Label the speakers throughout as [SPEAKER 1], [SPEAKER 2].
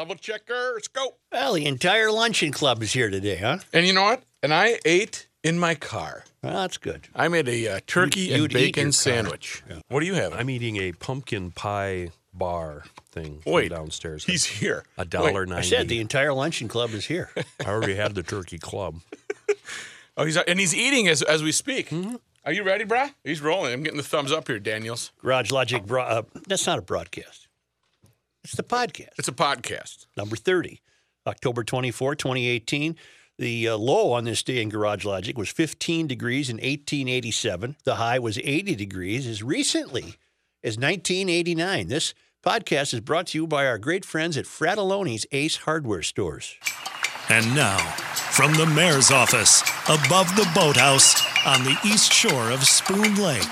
[SPEAKER 1] Double checkers, go.
[SPEAKER 2] Well, the entire luncheon club is here today, huh?
[SPEAKER 1] And you know what? And I ate in my car.
[SPEAKER 2] Well, that's good.
[SPEAKER 1] I made a uh, turkey
[SPEAKER 2] You'd-
[SPEAKER 1] and
[SPEAKER 2] you'd eat your
[SPEAKER 1] bacon
[SPEAKER 2] car.
[SPEAKER 1] sandwich. What do you have?
[SPEAKER 3] I'm eating a pumpkin pie bar thing from
[SPEAKER 1] Wait,
[SPEAKER 3] downstairs.
[SPEAKER 1] he's here.
[SPEAKER 3] a dollar
[SPEAKER 2] I
[SPEAKER 3] ninety.
[SPEAKER 2] said the entire luncheon club is here.
[SPEAKER 3] I already had the turkey club.
[SPEAKER 1] Oh, he's and he's eating as as we speak. Are you ready, brah? He's rolling. I'm getting the thumbs up here, Daniels.
[SPEAKER 2] Garage Logic, bro- uh, that's not a broadcast. It's the podcast,
[SPEAKER 1] It's a podcast.
[SPEAKER 2] number 30, October 24, 2018. The uh, low on this day in Garage Logic was 15 degrees in 1887. The high was 80 degrees as recently as 1989. This podcast is brought to you by our great friends at Fratelloni's Ace Hardware Stores.
[SPEAKER 4] And now, from the mayor's office, above the boathouse on the east shore of Spoon Lake,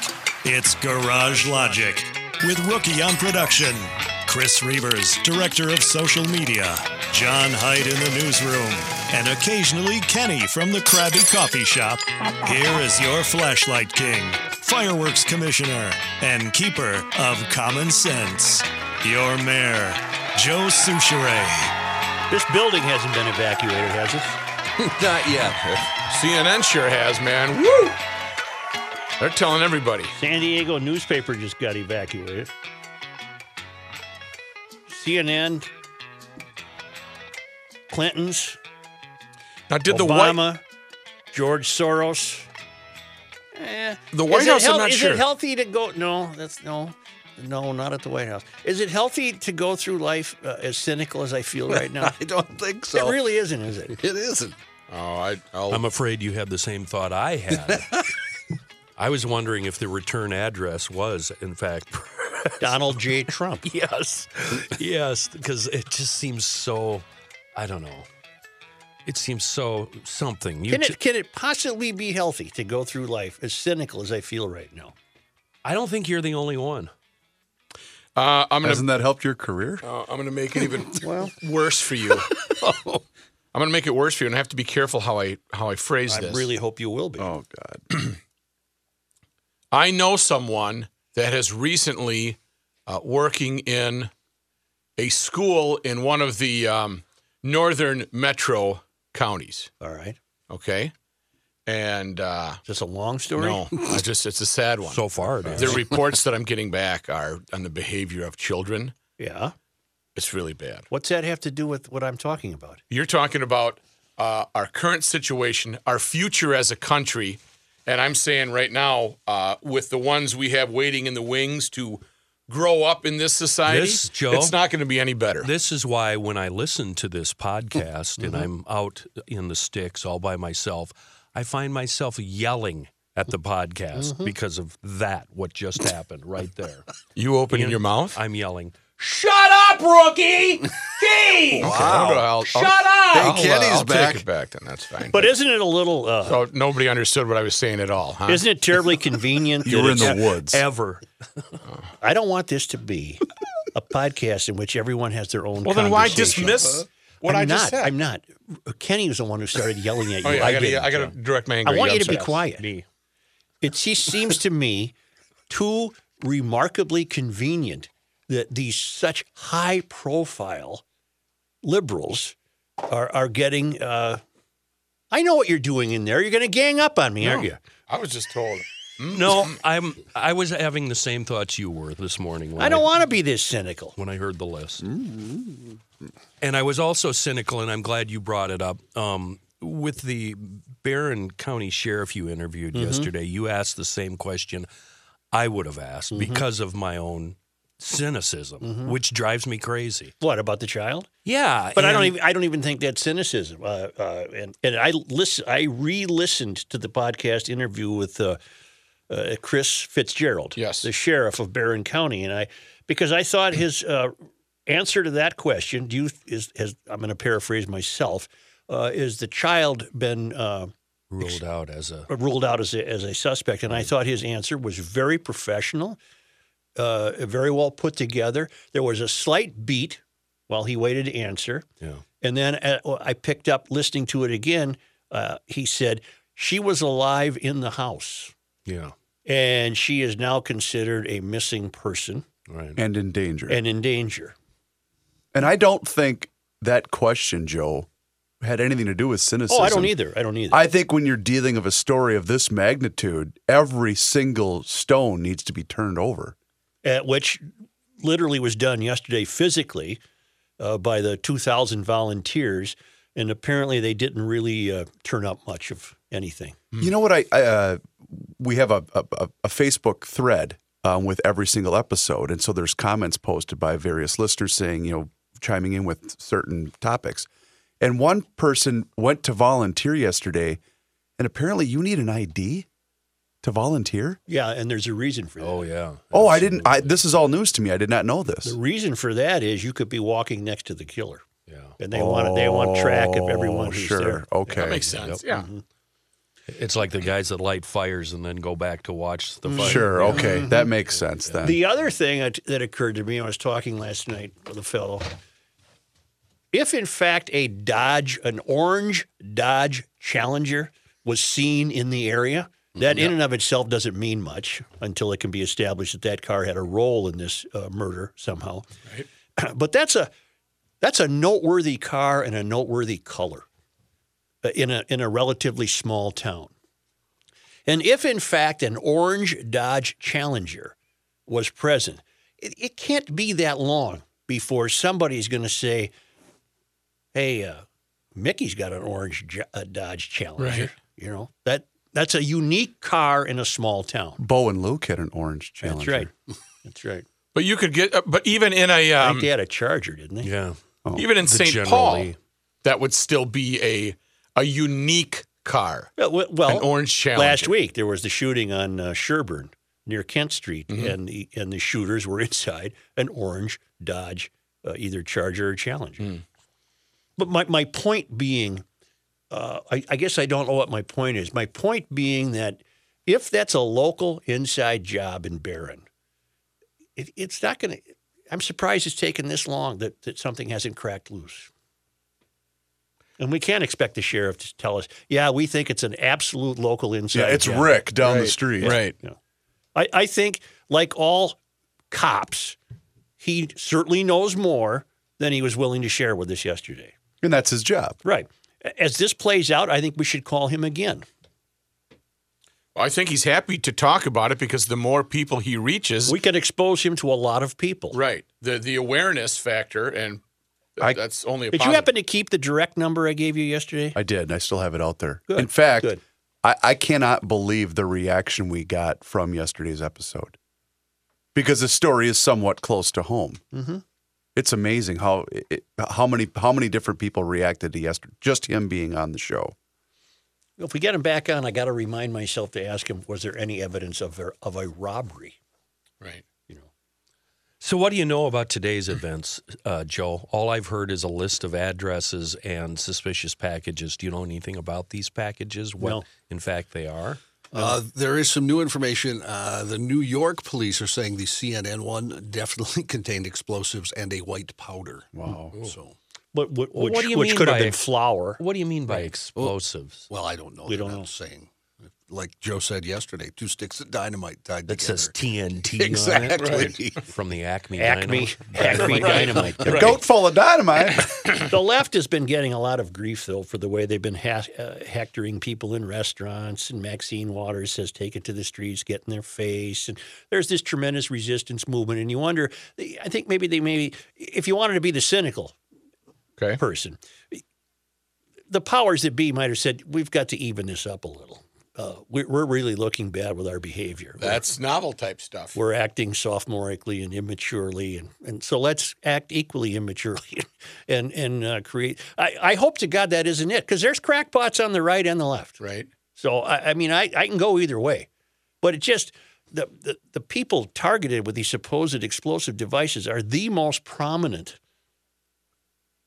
[SPEAKER 4] it's Garage Logic with Rookie on production, Chris Reavers, director of social media, John Hyde in the newsroom, and occasionally Kenny from the Krabby Coffee Shop. Here is your flashlight king, fireworks commissioner, and keeper of common sense, your mayor, Joe Souchere.
[SPEAKER 2] This building hasn't been evacuated, has it?
[SPEAKER 1] Not yet. CNN sure has, man. Woo! They're telling everybody.
[SPEAKER 2] San Diego newspaper just got evacuated. CNN, Clinton's,
[SPEAKER 1] Now, did the White
[SPEAKER 2] Obama, George Soros. Eh,
[SPEAKER 1] the White
[SPEAKER 2] is it
[SPEAKER 1] House?
[SPEAKER 2] health-
[SPEAKER 1] I'm not
[SPEAKER 2] is
[SPEAKER 1] sure.
[SPEAKER 2] it healthy to go? No, that's no, no, not at the White House. Is it healthy to go through life uh, as cynical as I feel right now?
[SPEAKER 5] I don't think
[SPEAKER 2] it
[SPEAKER 5] so.
[SPEAKER 2] really isn't, is it?
[SPEAKER 5] It isn't.
[SPEAKER 1] oh, I, I'll,
[SPEAKER 3] I'm afraid you had the same thought I had. I was wondering if the return address was, in fact,
[SPEAKER 2] Donald J. Trump.
[SPEAKER 3] yes, yes, because it just seems so. I don't know. It seems so something. You
[SPEAKER 2] Can
[SPEAKER 3] ju-
[SPEAKER 2] it can it possibly be healthy to go through life as cynical as I feel right now?
[SPEAKER 3] I don't think you're the only one.
[SPEAKER 1] uh, I'm gonna
[SPEAKER 5] Hasn't that helped your career?
[SPEAKER 1] Uh, I'm going to make it even worse for you.
[SPEAKER 5] Oh.
[SPEAKER 1] I'm going to make it worse for you, and I have to be careful how I how I phrase
[SPEAKER 2] I
[SPEAKER 1] this.
[SPEAKER 2] really hope you will be.
[SPEAKER 5] Oh God.
[SPEAKER 1] I know someone that has recently uh, working in a school in one of the um, northern metro counties.
[SPEAKER 2] All right.
[SPEAKER 1] Okay, and uh,
[SPEAKER 2] Is this a long story?
[SPEAKER 1] no, I just it's a sad one.
[SPEAKER 3] So far, it is.
[SPEAKER 1] the reports that I'm getting back are on the behavior of children.
[SPEAKER 2] Yeah.
[SPEAKER 1] It's really bad.
[SPEAKER 2] What's that have to do with what I'm talking about?
[SPEAKER 1] You're talking about uh, our current situation, our future as a country, and I'm saying right now, uh, with the ones we have waiting in the wings to grow up in this society,
[SPEAKER 3] This, Joe-
[SPEAKER 1] it's not going to be any better.
[SPEAKER 3] This is why when I listen to this podcast and
[SPEAKER 2] Mm-hmm.
[SPEAKER 3] I'm out in the sticks all by myself, I find myself yelling at the podcast
[SPEAKER 2] Mm-hmm.
[SPEAKER 3] because of that, what just happened right there.
[SPEAKER 1] you opening your mouth?
[SPEAKER 3] I'm yelling.
[SPEAKER 1] Shut up, rookie! Jeez! Shut up! Oh,
[SPEAKER 5] Hey, Kenny's
[SPEAKER 1] I'll
[SPEAKER 5] back.
[SPEAKER 1] Take it back, then that's fine.
[SPEAKER 2] But isn't it a little? Uh,
[SPEAKER 1] so uh, nobody understood what I was saying at all, huh?
[SPEAKER 2] Isn't it terribly convenient?
[SPEAKER 5] You
[SPEAKER 2] that
[SPEAKER 5] were in
[SPEAKER 2] it's-
[SPEAKER 5] the woods.
[SPEAKER 3] Ever.
[SPEAKER 2] I don't want this to be a podcast in which everyone has their own.
[SPEAKER 1] well, then why
[SPEAKER 2] conversation.
[SPEAKER 1] dismiss what
[SPEAKER 2] I'm
[SPEAKER 1] I
[SPEAKER 2] not.
[SPEAKER 1] just said?
[SPEAKER 2] I'm not. Kenny was the one who started yelling at you.
[SPEAKER 1] Oh, yeah, I, gotta,
[SPEAKER 2] didn't.
[SPEAKER 1] I gotta direct my anger.
[SPEAKER 2] I want
[SPEAKER 1] Yeah,
[SPEAKER 2] you
[SPEAKER 1] I'm
[SPEAKER 2] to be
[SPEAKER 1] sorry.
[SPEAKER 2] quiet.
[SPEAKER 3] Me.
[SPEAKER 2] It se- seems to me too remarkably convenient that these such high profile liberals are, are getting. Uh, I know what you're doing in there. You're going to gang up on me, aren't you?
[SPEAKER 1] I was just told.
[SPEAKER 3] No, I'm I was having the same thoughts you were this morning when
[SPEAKER 2] I don't want to be this cynical.
[SPEAKER 3] when I heard the list. Mm-hmm. And I was also cynical, and I'm glad you brought it up. Um, with the Barron County Sheriff you interviewed yesterday, you asked the same question I would have asked because of my own cynicism, which drives me crazy.
[SPEAKER 2] What about the child?
[SPEAKER 3] Mm-hmm. Yeah,
[SPEAKER 2] But I don't
[SPEAKER 3] and-
[SPEAKER 2] even I don't even think that's cynicism. Uh, uh, and and I listen I re-listened to the podcast interview with uh, uh, Chris Fitzgerald,
[SPEAKER 1] Yes.
[SPEAKER 2] the sheriff of Barron County, and I because I thought his uh, answer to that question, do you is, is I'm going to paraphrase myself, uh, is the child been uh,
[SPEAKER 3] Ruled out as a
[SPEAKER 2] ruled out as a, as a suspect? And I thought his answer was very professional, uh, very well put together. There was a slight beat while he waited to answer,
[SPEAKER 3] yeah.
[SPEAKER 2] and then uh, I picked up listening to it again. Uh, he said she was alive in the house,
[SPEAKER 3] Yeah.
[SPEAKER 2] and she is now considered a missing person
[SPEAKER 3] Right.
[SPEAKER 5] and in danger.
[SPEAKER 2] and in danger.
[SPEAKER 5] And I don't think that question, Joe, had anything to do with cynicism.
[SPEAKER 2] Oh, I don't either. I don't either.
[SPEAKER 5] I think when you're dealing of a story of this magnitude, every single stone needs to be turned over.
[SPEAKER 2] uh, which literally was done yesterday physically uh, by the 2,000 volunteers. And apparently, they didn't really uh, turn up much of anything.
[SPEAKER 5] You know what? I, I uh, we have a, a, a- a Facebook thread um, with every single episode, and so there's comments posted by various listeners saying, you know, chiming in with certain topics. And one person went to volunteer yesterday, and apparently, you need an ID to volunteer.
[SPEAKER 2] Yeah, and there's a reason for that.
[SPEAKER 3] Oh yeah.
[SPEAKER 5] Oh, I didn't. I, this is all news to me. I did not know
[SPEAKER 2] The
[SPEAKER 5] this.
[SPEAKER 2] reason for that is you could be walking next to the killer,
[SPEAKER 3] Yeah.
[SPEAKER 2] and they want they want track of everyone who's
[SPEAKER 5] Oh, sure.
[SPEAKER 2] there.
[SPEAKER 5] Okay.
[SPEAKER 1] That makes sense. Yeah.
[SPEAKER 3] It's like the guys that light fires and then go back to watch the fire.
[SPEAKER 5] Sure. Okay. That makes sense then.
[SPEAKER 2] The other thing that, that occurred to me, I was talking last night with a fellow. If in fact a Dodge, an orange Dodge Challenger was seen in the area, that in and of itself doesn't mean much until it can be established that that car had a role in this uh, murder somehow. But that's a that's a noteworthy car and a noteworthy color uh, in a in a relatively small town. And if in fact an orange Dodge Challenger was present, it, it can't be that long before somebody's going to say, "Hey, uh, Mickey's got an orange J- uh, Dodge Challenger."
[SPEAKER 1] Right.
[SPEAKER 2] You know that that's a unique car in a small town.
[SPEAKER 5] Bo and Luke had an orange
[SPEAKER 2] That's
[SPEAKER 5] challenge.
[SPEAKER 2] right. That's right.
[SPEAKER 1] But you could get, uh, but even in a,
[SPEAKER 2] I
[SPEAKER 1] um,
[SPEAKER 2] think they had a Charger, didn't they?
[SPEAKER 3] Yeah.
[SPEAKER 2] Oh,
[SPEAKER 1] even in
[SPEAKER 3] The
[SPEAKER 1] St.
[SPEAKER 3] General
[SPEAKER 1] Paul,
[SPEAKER 3] Lee.
[SPEAKER 1] that would still be a a unique car,
[SPEAKER 2] Yeah, we- Uh, Well,
[SPEAKER 1] an orange Challenger.
[SPEAKER 2] last week there was the shooting on uh, Sherburne near Kent Street,
[SPEAKER 1] Mm-hmm.
[SPEAKER 2] and the and the shooters were inside an orange Dodge, uh, either Charger or Challenger.
[SPEAKER 1] Hmm.
[SPEAKER 2] But my my point being, uh, I, I guess I don't know what my point is. My point being that if that's a local inside job in Barron, it, it's not going to. I'm surprised it's taken this long that, that something hasn't cracked loose. And we can't expect the sheriff to tell us, yeah, we think it's an absolute local inside.
[SPEAKER 5] Yeah, it's
[SPEAKER 2] job."
[SPEAKER 5] Rick down the street.
[SPEAKER 1] Right.
[SPEAKER 2] I, I think, like all cops, he certainly knows more than he was willing to share with us yesterday.
[SPEAKER 5] And that's his job.
[SPEAKER 2] Right. As this plays out, I think we should call him again.
[SPEAKER 1] I think he's happy to talk about it because the more people he reaches,
[SPEAKER 2] We can expose him to a lot of people.
[SPEAKER 1] right, the the awareness factor, and th- that's only a
[SPEAKER 2] Did you
[SPEAKER 1] positive.
[SPEAKER 2] happen to keep the direct number I gave you yesterday?
[SPEAKER 5] I did, and I still have it out there.
[SPEAKER 2] Good,
[SPEAKER 5] In fact,
[SPEAKER 2] good.
[SPEAKER 5] I, I cannot believe the reaction we got from yesterday's episode because the story is somewhat close to home. Mm-hmm. It's amazing how it, how many how many different people reacted to yesterday just him being on the show.
[SPEAKER 2] If we get him back on, I got to remind myself to ask him: Was there any evidence of a, of a robbery?
[SPEAKER 1] Right.
[SPEAKER 3] So what do you know about today's events, uh, Joe? All I've heard is a list of addresses and suspicious packages. Do you know anything about these packages? What
[SPEAKER 2] No.
[SPEAKER 3] in fact they are?
[SPEAKER 6] Uh, there is some new information. Uh, the New York police are saying the CNN one definitely contained explosives and a white powder. Wow. So,
[SPEAKER 2] But wh-
[SPEAKER 3] Well,
[SPEAKER 2] which,
[SPEAKER 3] what do you
[SPEAKER 2] which
[SPEAKER 3] mean
[SPEAKER 2] could have
[SPEAKER 3] by
[SPEAKER 2] been
[SPEAKER 3] ex-
[SPEAKER 2] flour.
[SPEAKER 3] What do you mean by explosives?
[SPEAKER 6] well, I don't know.
[SPEAKER 2] We
[SPEAKER 6] They're
[SPEAKER 2] don't
[SPEAKER 6] not
[SPEAKER 2] know.
[SPEAKER 6] Saying, like Joe said yesterday, two sticks of dynamite tied
[SPEAKER 3] that
[SPEAKER 6] together.
[SPEAKER 3] says TNT on it?
[SPEAKER 6] Exactly.
[SPEAKER 3] from the Acme
[SPEAKER 2] Acme,
[SPEAKER 3] Dynamo.
[SPEAKER 2] Acme Dynamite.
[SPEAKER 5] A goat full of dynamite.
[SPEAKER 2] The left has been getting a lot of grief, though, for the way they've been ha- uh, hectoring people in restaurants. And Maxine Waters says, take it to the streets, get in their face. And there's this tremendous resistance movement. And you wonder, I think maybe they maybe, if you wanted to be the cynical
[SPEAKER 1] Okay.
[SPEAKER 2] person, the powers that be might have said, we've got to even this up a little. Uh, we're, we're really looking bad with our behavior. We're-
[SPEAKER 1] That's novel type stuff.
[SPEAKER 2] we're acting sophomorically and immaturely, and, and so let's act equally immaturely, and and uh, create. I, I hope to God that isn't it, because there's crackpots on the right and the left.
[SPEAKER 1] Right.
[SPEAKER 2] So I, I mean, I, I can go either way, but it just the, the the people targeted with these supposed explosive devices are the most prominent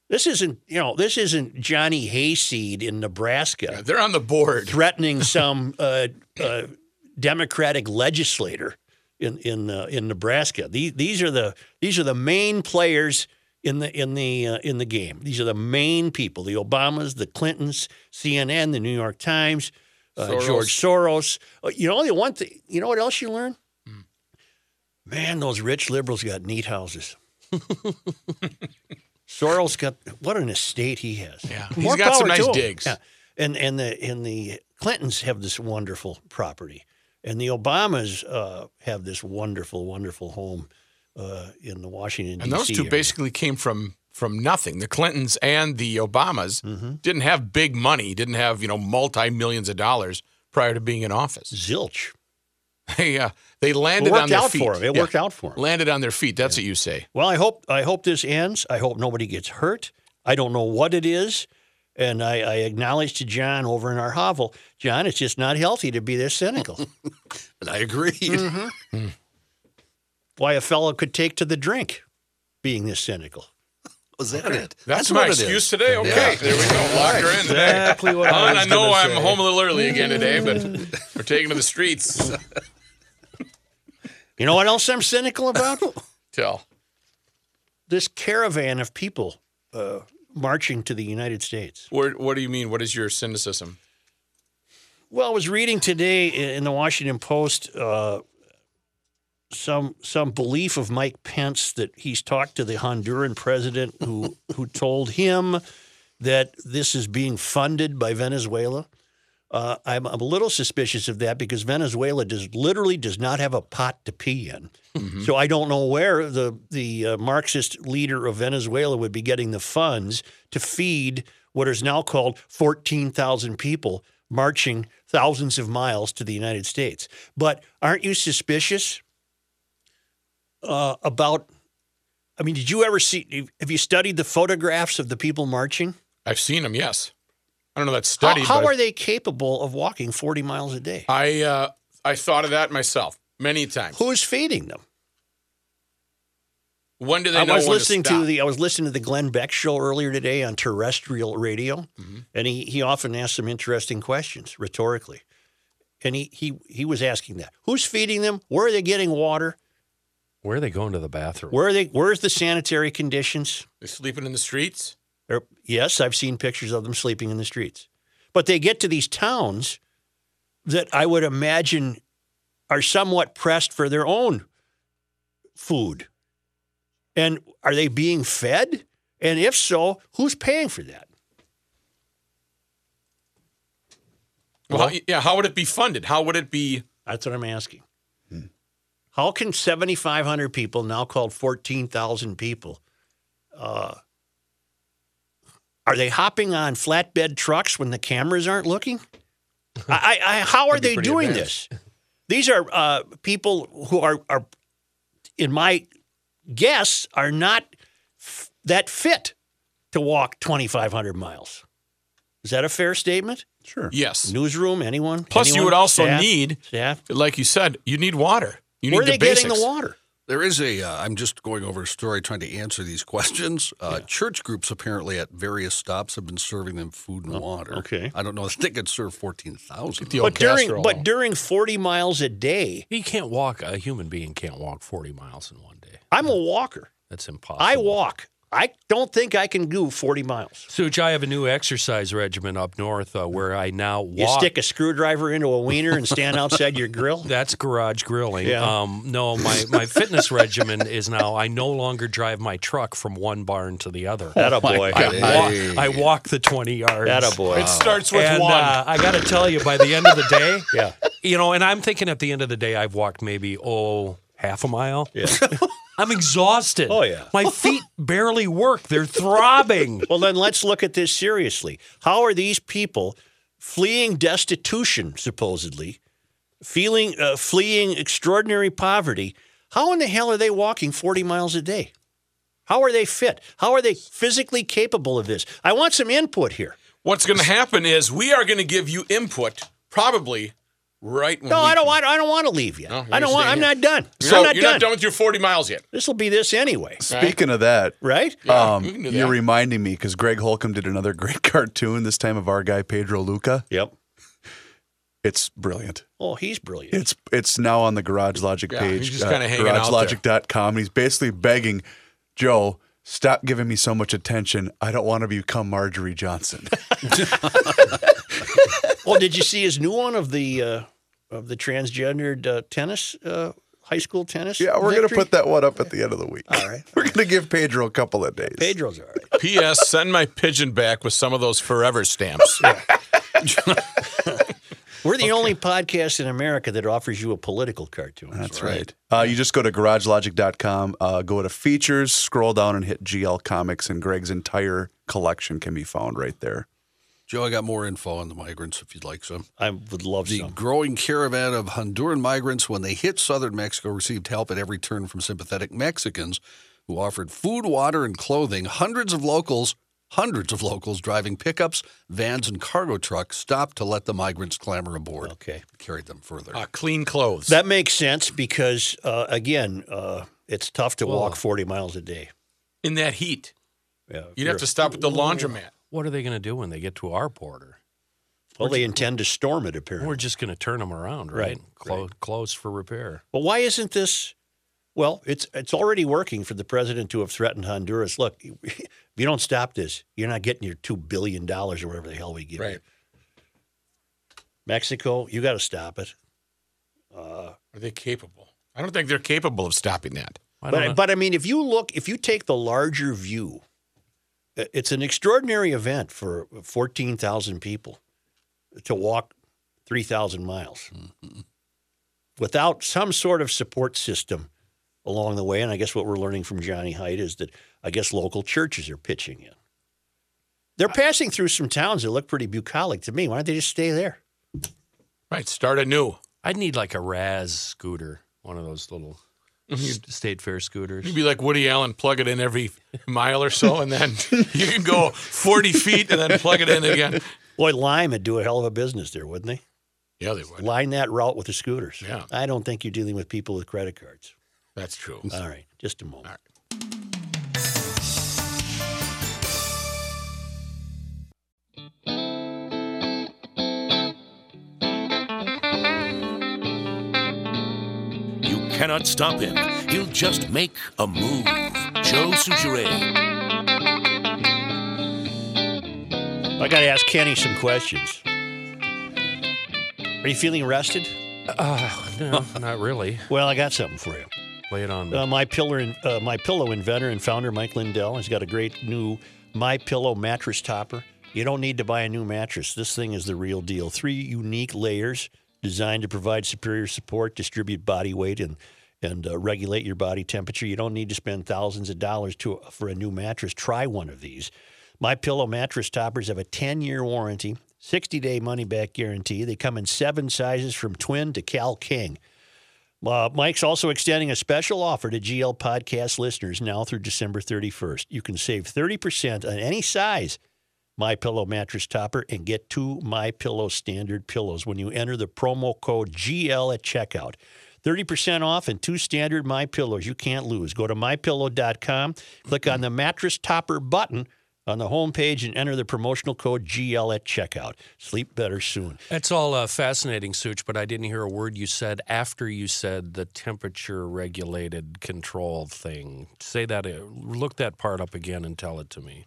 [SPEAKER 2] This isn't, you know, this isn't Johnny Hayseed in Nebraska
[SPEAKER 1] They're on the board.
[SPEAKER 2] threatening some uh, uh, Democratic legislator in in uh, in Nebraska. These these are the these are the main players in the in the uh, in the game. These are the main people: the Obamas, the Clintons, CNN, the New York Times, uh,
[SPEAKER 1] Soros.
[SPEAKER 2] George Soros. Uh, You know the one thing. You know what else you learn?
[SPEAKER 1] Hmm.
[SPEAKER 2] Man, those rich liberals got neat houses. Soros got what an estate he has. Yeah,
[SPEAKER 1] He's got some nice digs.
[SPEAKER 2] Yeah. And and the and the Clintons have this wonderful property, and the Obamas uh, have this wonderful, wonderful home uh, in the Washington.
[SPEAKER 1] And those
[SPEAKER 2] DC
[SPEAKER 1] two
[SPEAKER 2] area.
[SPEAKER 1] basically came from from nothing. The Clintons and the Obamas
[SPEAKER 2] Mm-hmm.
[SPEAKER 1] didn't have big money, didn't have you know multi millions of dollars prior to being in office.
[SPEAKER 2] zilch.
[SPEAKER 1] They uh, they
[SPEAKER 2] It
[SPEAKER 1] landed on
[SPEAKER 2] worked
[SPEAKER 1] their
[SPEAKER 2] out
[SPEAKER 1] feet.
[SPEAKER 2] for him. It
[SPEAKER 1] Yeah.
[SPEAKER 2] worked out for him.
[SPEAKER 1] Landed on their feet. That's what you say.
[SPEAKER 2] Well, I hope I hope this ends. I hope nobody gets hurt. I don't know what it is, and I, I acknowledge to John over in our hovel, John, it's just not healthy to be this cynical. Hmm.
[SPEAKER 6] And I agreed.
[SPEAKER 1] Mm-hmm.
[SPEAKER 2] Why a fellow could take to the drink, being this cynical.
[SPEAKER 6] Was that it?
[SPEAKER 1] That's, my
[SPEAKER 6] what it is.
[SPEAKER 1] excuse today. Okay, there we go. Lock her in today.
[SPEAKER 2] Exactly what
[SPEAKER 1] Hon, Oh, I
[SPEAKER 2] gonna
[SPEAKER 1] know I'm
[SPEAKER 2] say.
[SPEAKER 1] home a little early again today, but we're taking to the streets.
[SPEAKER 2] You know what else I'm cynical about?
[SPEAKER 1] Tell.
[SPEAKER 2] this caravan of people uh, marching to the United States.
[SPEAKER 1] Where, what do you mean? What is your cynicism?
[SPEAKER 2] Well, I was reading today in the Washington Post uh, some some belief of Mike Pence that he's talked to the Honduran president who who told him that this is being funded by Venezuela. Uh, I'm, I'm a little suspicious of that because Venezuela does literally does not have a pot to pee in. So I don't know where the the uh, Marxist leader of Venezuela would be getting the funds to feed what is now called 14,000 people marching thousands of miles to the United States. But aren't you suspicious uh, about? I mean, did you ever see? Have you studied the photographs of the people marching?
[SPEAKER 1] I've seen them. Yes, I don't know that
[SPEAKER 2] How-
[SPEAKER 1] study.
[SPEAKER 2] how
[SPEAKER 1] but
[SPEAKER 2] are they capable of walking 40 miles a day?
[SPEAKER 1] I uh, I thought of that myself many times.
[SPEAKER 2] Who's feeding them?
[SPEAKER 1] When do they?
[SPEAKER 2] I
[SPEAKER 1] know
[SPEAKER 2] was
[SPEAKER 1] when
[SPEAKER 2] listening
[SPEAKER 1] to,
[SPEAKER 2] to,
[SPEAKER 1] stop?
[SPEAKER 2] the I was listening to the Glenn Beck show earlier today on terrestrial radio,
[SPEAKER 1] Mm-hmm.
[SPEAKER 2] and he he often asks some interesting questions rhetorically, and he he he was asking that who's feeding them, where are they getting water,
[SPEAKER 3] Where are they going to the bathroom?
[SPEAKER 2] where are they where's the sanitary conditions?
[SPEAKER 1] They're sleeping in the streets.
[SPEAKER 2] Or, yes, I've seen pictures of them sleeping in the streets, but they get to these towns that I would imagine are somewhat pressed for their own food, and are they being fed? And if so, who's paying for that? Uh-huh.
[SPEAKER 1] Well, how- yeah. How would it be funded? How would it be?
[SPEAKER 2] That's what I'm asking. How can 7,500 people, now called 14,000 people, uh, are they hopping on flatbed trucks when the cameras aren't looking? I, I, I, how are they doing this? These are uh, people who are, are, in my guess, are not f- that fit to walk 2,500 miles. Is that a fair statement?
[SPEAKER 5] Sure.
[SPEAKER 1] Yes.
[SPEAKER 2] Newsroom, anyone?
[SPEAKER 1] Plus, you
[SPEAKER 2] Anyone?
[SPEAKER 1] would also
[SPEAKER 2] Staff?
[SPEAKER 1] need,
[SPEAKER 2] staff.
[SPEAKER 1] like you said, you need water. You need
[SPEAKER 2] Where are
[SPEAKER 1] the
[SPEAKER 2] they
[SPEAKER 1] basics.
[SPEAKER 2] getting the water?
[SPEAKER 6] There is a. Uh, I'm just going over a story trying to answer these questions. Uh, Church groups apparently at various stops have been serving them food and water.
[SPEAKER 2] Oh, okay.
[SPEAKER 6] I don't know if they could serve fourteen thousand.
[SPEAKER 1] The old
[SPEAKER 2] But during
[SPEAKER 1] casserole.
[SPEAKER 2] but during 40 miles a day,
[SPEAKER 3] He can't walk. A human being can't walk 40 miles in one day.
[SPEAKER 2] I'm a walker.
[SPEAKER 3] That's impossible.
[SPEAKER 2] I walk. I don't think I can do 40 miles.
[SPEAKER 3] Such, I have a new exercise regimen up north uh, where I now walk.
[SPEAKER 2] You stick a screwdriver into a wiener and stand outside your
[SPEAKER 1] Oh
[SPEAKER 2] grill.
[SPEAKER 3] That's garage grilling.
[SPEAKER 2] Yeah.
[SPEAKER 3] Um, no, my, my fitness regimen is now I no longer drive my truck from one barn to the other.
[SPEAKER 2] That a boy.
[SPEAKER 3] I walk, I walk the 20 yards.
[SPEAKER 2] That a boy.
[SPEAKER 1] It starts with
[SPEAKER 3] and,
[SPEAKER 1] one.
[SPEAKER 3] uh, I got to tell you, by the end of the day,
[SPEAKER 2] Yeah.
[SPEAKER 3] you know, and I'm thinking at the end of the day, I've walked maybe, oh, half a mile.
[SPEAKER 2] Yeah.
[SPEAKER 3] I'm exhausted.
[SPEAKER 2] Oh, yeah.
[SPEAKER 3] My feet barely work, they're throbbing.
[SPEAKER 2] Well, then let's look at this seriously. How are these people fleeing destitution, supposedly, feeling uh, fleeing extraordinary poverty? How in the hell are they walking 40 miles a day? How are they fit? How are they physically capable of this? I want some input here.
[SPEAKER 1] What's going to happen is we are going to give you input probably right when
[SPEAKER 2] No,
[SPEAKER 1] we
[SPEAKER 2] I don't
[SPEAKER 1] can-
[SPEAKER 2] want. I don't want to leave yet.
[SPEAKER 1] No, you're
[SPEAKER 2] I don't
[SPEAKER 1] gonna
[SPEAKER 2] want.
[SPEAKER 1] stay
[SPEAKER 2] I'm
[SPEAKER 1] here.
[SPEAKER 2] not done.
[SPEAKER 1] So
[SPEAKER 2] I'm not
[SPEAKER 1] you're
[SPEAKER 2] done.
[SPEAKER 1] not done with your 40 miles yet.
[SPEAKER 2] This will be this anyway,
[SPEAKER 5] Speaking of that, um,
[SPEAKER 2] right?
[SPEAKER 1] Yeah, we can do that.
[SPEAKER 5] you're reminding me because Greg Holcomb did another great cartoon, this time of our guy Pedro Luca.
[SPEAKER 2] Yep.
[SPEAKER 5] It's brilliant.
[SPEAKER 2] Oh, he's brilliant.
[SPEAKER 5] It's it's now on the Garage Logic
[SPEAKER 1] Yeah,
[SPEAKER 5] page. uh,
[SPEAKER 1] he's just kinda hanging out there.
[SPEAKER 5] GarageLogic.com. He's basically begging Joe, stop giving me so much attention. I don't want to become Marjorie Johnson.
[SPEAKER 2] oh, did you see his new one of the uh, of the transgendered uh, tennis uh, high school tennis?
[SPEAKER 5] yeah, we're gonna
[SPEAKER 2] victory?
[SPEAKER 5] put that one up at the end of the week. All right, we're gonna give Pedro a couple of days.
[SPEAKER 2] Pedro's all right.
[SPEAKER 1] P.S. Send my pigeon back with some of those forever stamps.
[SPEAKER 2] We're the only podcast in America that offers you a political cartoon.
[SPEAKER 5] That's right. Uh, you just go to garagelogic.com, uh, go to features, scroll down and hit GL Comics, and Greg's entire collection can be found right there.
[SPEAKER 6] Joe, I got more info on the migrants if you'd like some.
[SPEAKER 2] I would love
[SPEAKER 6] The
[SPEAKER 2] some.
[SPEAKER 6] growing caravan of Honduran migrants, when they hit southern Mexico, received help at every turn from sympathetic Mexicans who offered food, water, and clothing. Hundreds of locals, hundreds of locals driving pickups, vans, and cargo trucks stopped to let the migrants clamber aboard.
[SPEAKER 2] Okay.
[SPEAKER 6] Carried them further.
[SPEAKER 1] Uh, clean clothes.
[SPEAKER 2] That makes sense because uh, again, uh, it's tough to walk 40 miles a day.
[SPEAKER 1] in that heat.
[SPEAKER 2] Yeah,
[SPEAKER 1] You'd have to stop at the laundromat.
[SPEAKER 3] What are they going to do when they get to our border?
[SPEAKER 2] Well, they intend to storm it apparently.
[SPEAKER 3] We're just going to turn them around,
[SPEAKER 2] Right,
[SPEAKER 3] right? Clo- Close for repair.
[SPEAKER 2] But why isn't this? Well, it's it's already working for the president to have threatened Honduras. Look, if you don't stop this, you're not getting your two billion dollars or whatever the hell we give you.
[SPEAKER 1] Right.
[SPEAKER 2] Mexico, you got to stop it.
[SPEAKER 1] Are they capable? I don't think they're capable of stopping that.
[SPEAKER 3] I don't know.
[SPEAKER 2] But but I mean, if you look, if you take the larger view, i- it's an extraordinary event for fourteen thousand people to walk three thousand miles
[SPEAKER 3] Mm-hmm.
[SPEAKER 2] without some sort of support system along the way. And I guess what we're learning from Johnny Hyde is that I guess local churches are pitching in. They're passing through some towns that look pretty bucolic to me. Why don't they just stay there?
[SPEAKER 1] Right, start anew.
[SPEAKER 3] I'd need like a Raz scooter, one of those little s- state fair scooters.
[SPEAKER 1] You'd be like Woody Allen, plug it in every mile or so, and then you can go 40 feet and then plug it in again.
[SPEAKER 2] Boy, Lyme would do a hell of a business there, wouldn't they?
[SPEAKER 1] Yeah, they would.
[SPEAKER 2] Line that route with the scooters.
[SPEAKER 1] Yeah.
[SPEAKER 2] I don't think you're dealing with people with credit cards.
[SPEAKER 1] That's true.
[SPEAKER 2] All right, just a moment.
[SPEAKER 7] You cannot stop him. He'll just make a move. Joe Suchere.
[SPEAKER 2] I got to ask Kenny some questions. Are you feeling rested?
[SPEAKER 3] Uh, no, not really.
[SPEAKER 2] Well, I got something for you.
[SPEAKER 3] Lay it on me.
[SPEAKER 2] Uh, my pillar, in, uh, my pillow inventor and founder Mike Lindell has got a great new My Pillow mattress topper. You don't need to buy a new mattress. This thing is the real deal. Three unique layers designed to provide superior support, distribute body weight, and and uh, regulate your body temperature. You don't need to spend thousands of dollars to for a new mattress. Try one of these. My Pillow mattress toppers have a 10-year warranty, 60-day money-back guarantee. They come in seven sizes from twin to Cal King. Uh, Mike's also extending a special offer to GL podcast listeners now through December 31st. You can save 30% on any size My Pillow mattress topper and get two My Pillow standard pillows when you enter the promo code GL at checkout. 30% off and two standard My Pillows you can't lose. Go to mypillow.com, click on the mattress topper button on the homepage and enter the promotional code GL at checkout. Sleep better soon.
[SPEAKER 3] That's all uh, fascinating, Such, but I didn't hear a word you said after you said the temperature regulated control thing. Say that, uh, look that part up again and tell it to me.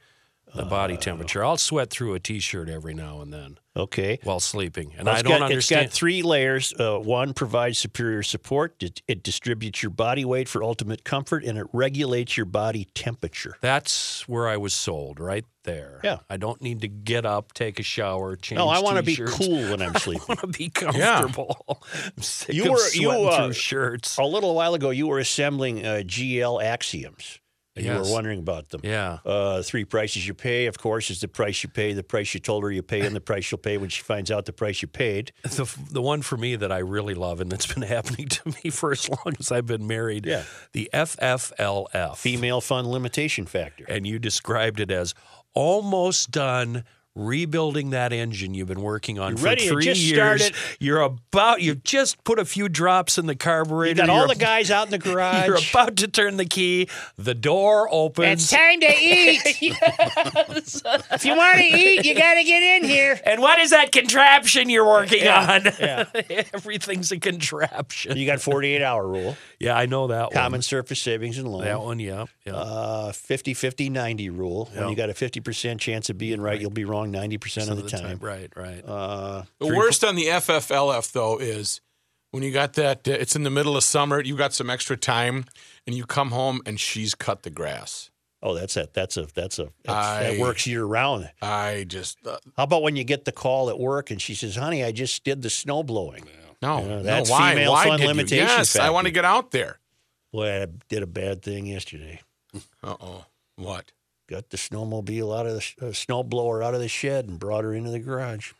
[SPEAKER 3] The body
[SPEAKER 2] Uh.
[SPEAKER 3] temperature. I'll sweat through a t shirt every now and then
[SPEAKER 2] Okay.
[SPEAKER 3] while sleeping. And
[SPEAKER 2] Well,
[SPEAKER 3] I
[SPEAKER 2] it's
[SPEAKER 3] don't
[SPEAKER 2] got,
[SPEAKER 3] understand.
[SPEAKER 2] It's got three layers. Uh, one provides superior support. It, it distributes your body weight for ultimate comfort, and it regulates your body temperature.
[SPEAKER 3] That's where I was sold, right there.
[SPEAKER 2] Yeah.
[SPEAKER 3] I don't need to get up, take a shower, change
[SPEAKER 2] No, Oh, I want to be
[SPEAKER 3] t-shirts.
[SPEAKER 2] cool when I'm sleeping.
[SPEAKER 3] want to be comfortable. I'm sick
[SPEAKER 2] You
[SPEAKER 3] of
[SPEAKER 2] were- you,
[SPEAKER 3] sweating
[SPEAKER 2] uh,
[SPEAKER 3] through shirts.
[SPEAKER 2] A little while ago, you were assembling uh, GL axioms. and You
[SPEAKER 3] Yes.
[SPEAKER 2] were wondering about them.
[SPEAKER 3] Yeah.
[SPEAKER 2] Uh, three prices you pay, of course, is the price you pay, the price you told her you pay, and the price you'll pay when she finds out the price you paid.
[SPEAKER 3] The, the one for me that I really love and that's been happening to me for as long as I've been married.
[SPEAKER 2] Yeah.
[SPEAKER 3] The FFLF.
[SPEAKER 2] Female fun limitation factor.
[SPEAKER 3] And you described it as almost done, rebuilding that engine you've been working on
[SPEAKER 2] You're
[SPEAKER 3] for
[SPEAKER 2] ready to
[SPEAKER 3] three
[SPEAKER 2] just start
[SPEAKER 3] years.
[SPEAKER 2] it.
[SPEAKER 3] You're about you've just put a few drops in the carburetor.
[SPEAKER 2] You got all
[SPEAKER 3] You're
[SPEAKER 2] the
[SPEAKER 3] ab-
[SPEAKER 2] guys out in the garage.
[SPEAKER 3] You're about to turn the key. The door opens.
[SPEAKER 2] time to eat. If you want to eat, you got to get in here.
[SPEAKER 3] and what is that contraption you're working on?
[SPEAKER 2] yeah.
[SPEAKER 3] Everything's a contraption.
[SPEAKER 2] You got 48 hour rule,
[SPEAKER 3] Yeah, I know that
[SPEAKER 2] common surface savings and loan.
[SPEAKER 3] one. That one, yeah. yeah.
[SPEAKER 2] uh, 50 50 90 rule. When you got a 50% chance of being right, you'll be wrong 90% of the,
[SPEAKER 3] Another
[SPEAKER 2] time.
[SPEAKER 3] Right, right.
[SPEAKER 2] Uh,
[SPEAKER 1] The worst on the FFLF though is when you got that. Uh, it's in the middle of summer. You got some extra time, and you come home and she's cut the grass.
[SPEAKER 2] oh, that's a that's a that's a that's,
[SPEAKER 1] I-
[SPEAKER 2] that works year round.
[SPEAKER 1] I just uh,
[SPEAKER 2] How about when you get the call at work and she says, "Honey, I just did the snow blowing."
[SPEAKER 1] no.
[SPEAKER 2] Yeah,
[SPEAKER 1] no,
[SPEAKER 2] that's
[SPEAKER 1] why?
[SPEAKER 2] female
[SPEAKER 1] why
[SPEAKER 2] fun
[SPEAKER 1] did you?
[SPEAKER 2] limitation
[SPEAKER 1] Yes, I want to
[SPEAKER 2] factor.
[SPEAKER 1] get out there.
[SPEAKER 2] Boy, I did a bad thing yesterday.
[SPEAKER 1] Uh oh. What?
[SPEAKER 2] Got the snowmobile out of the sh- uh, snow blower out of the shed and brought her into the garage.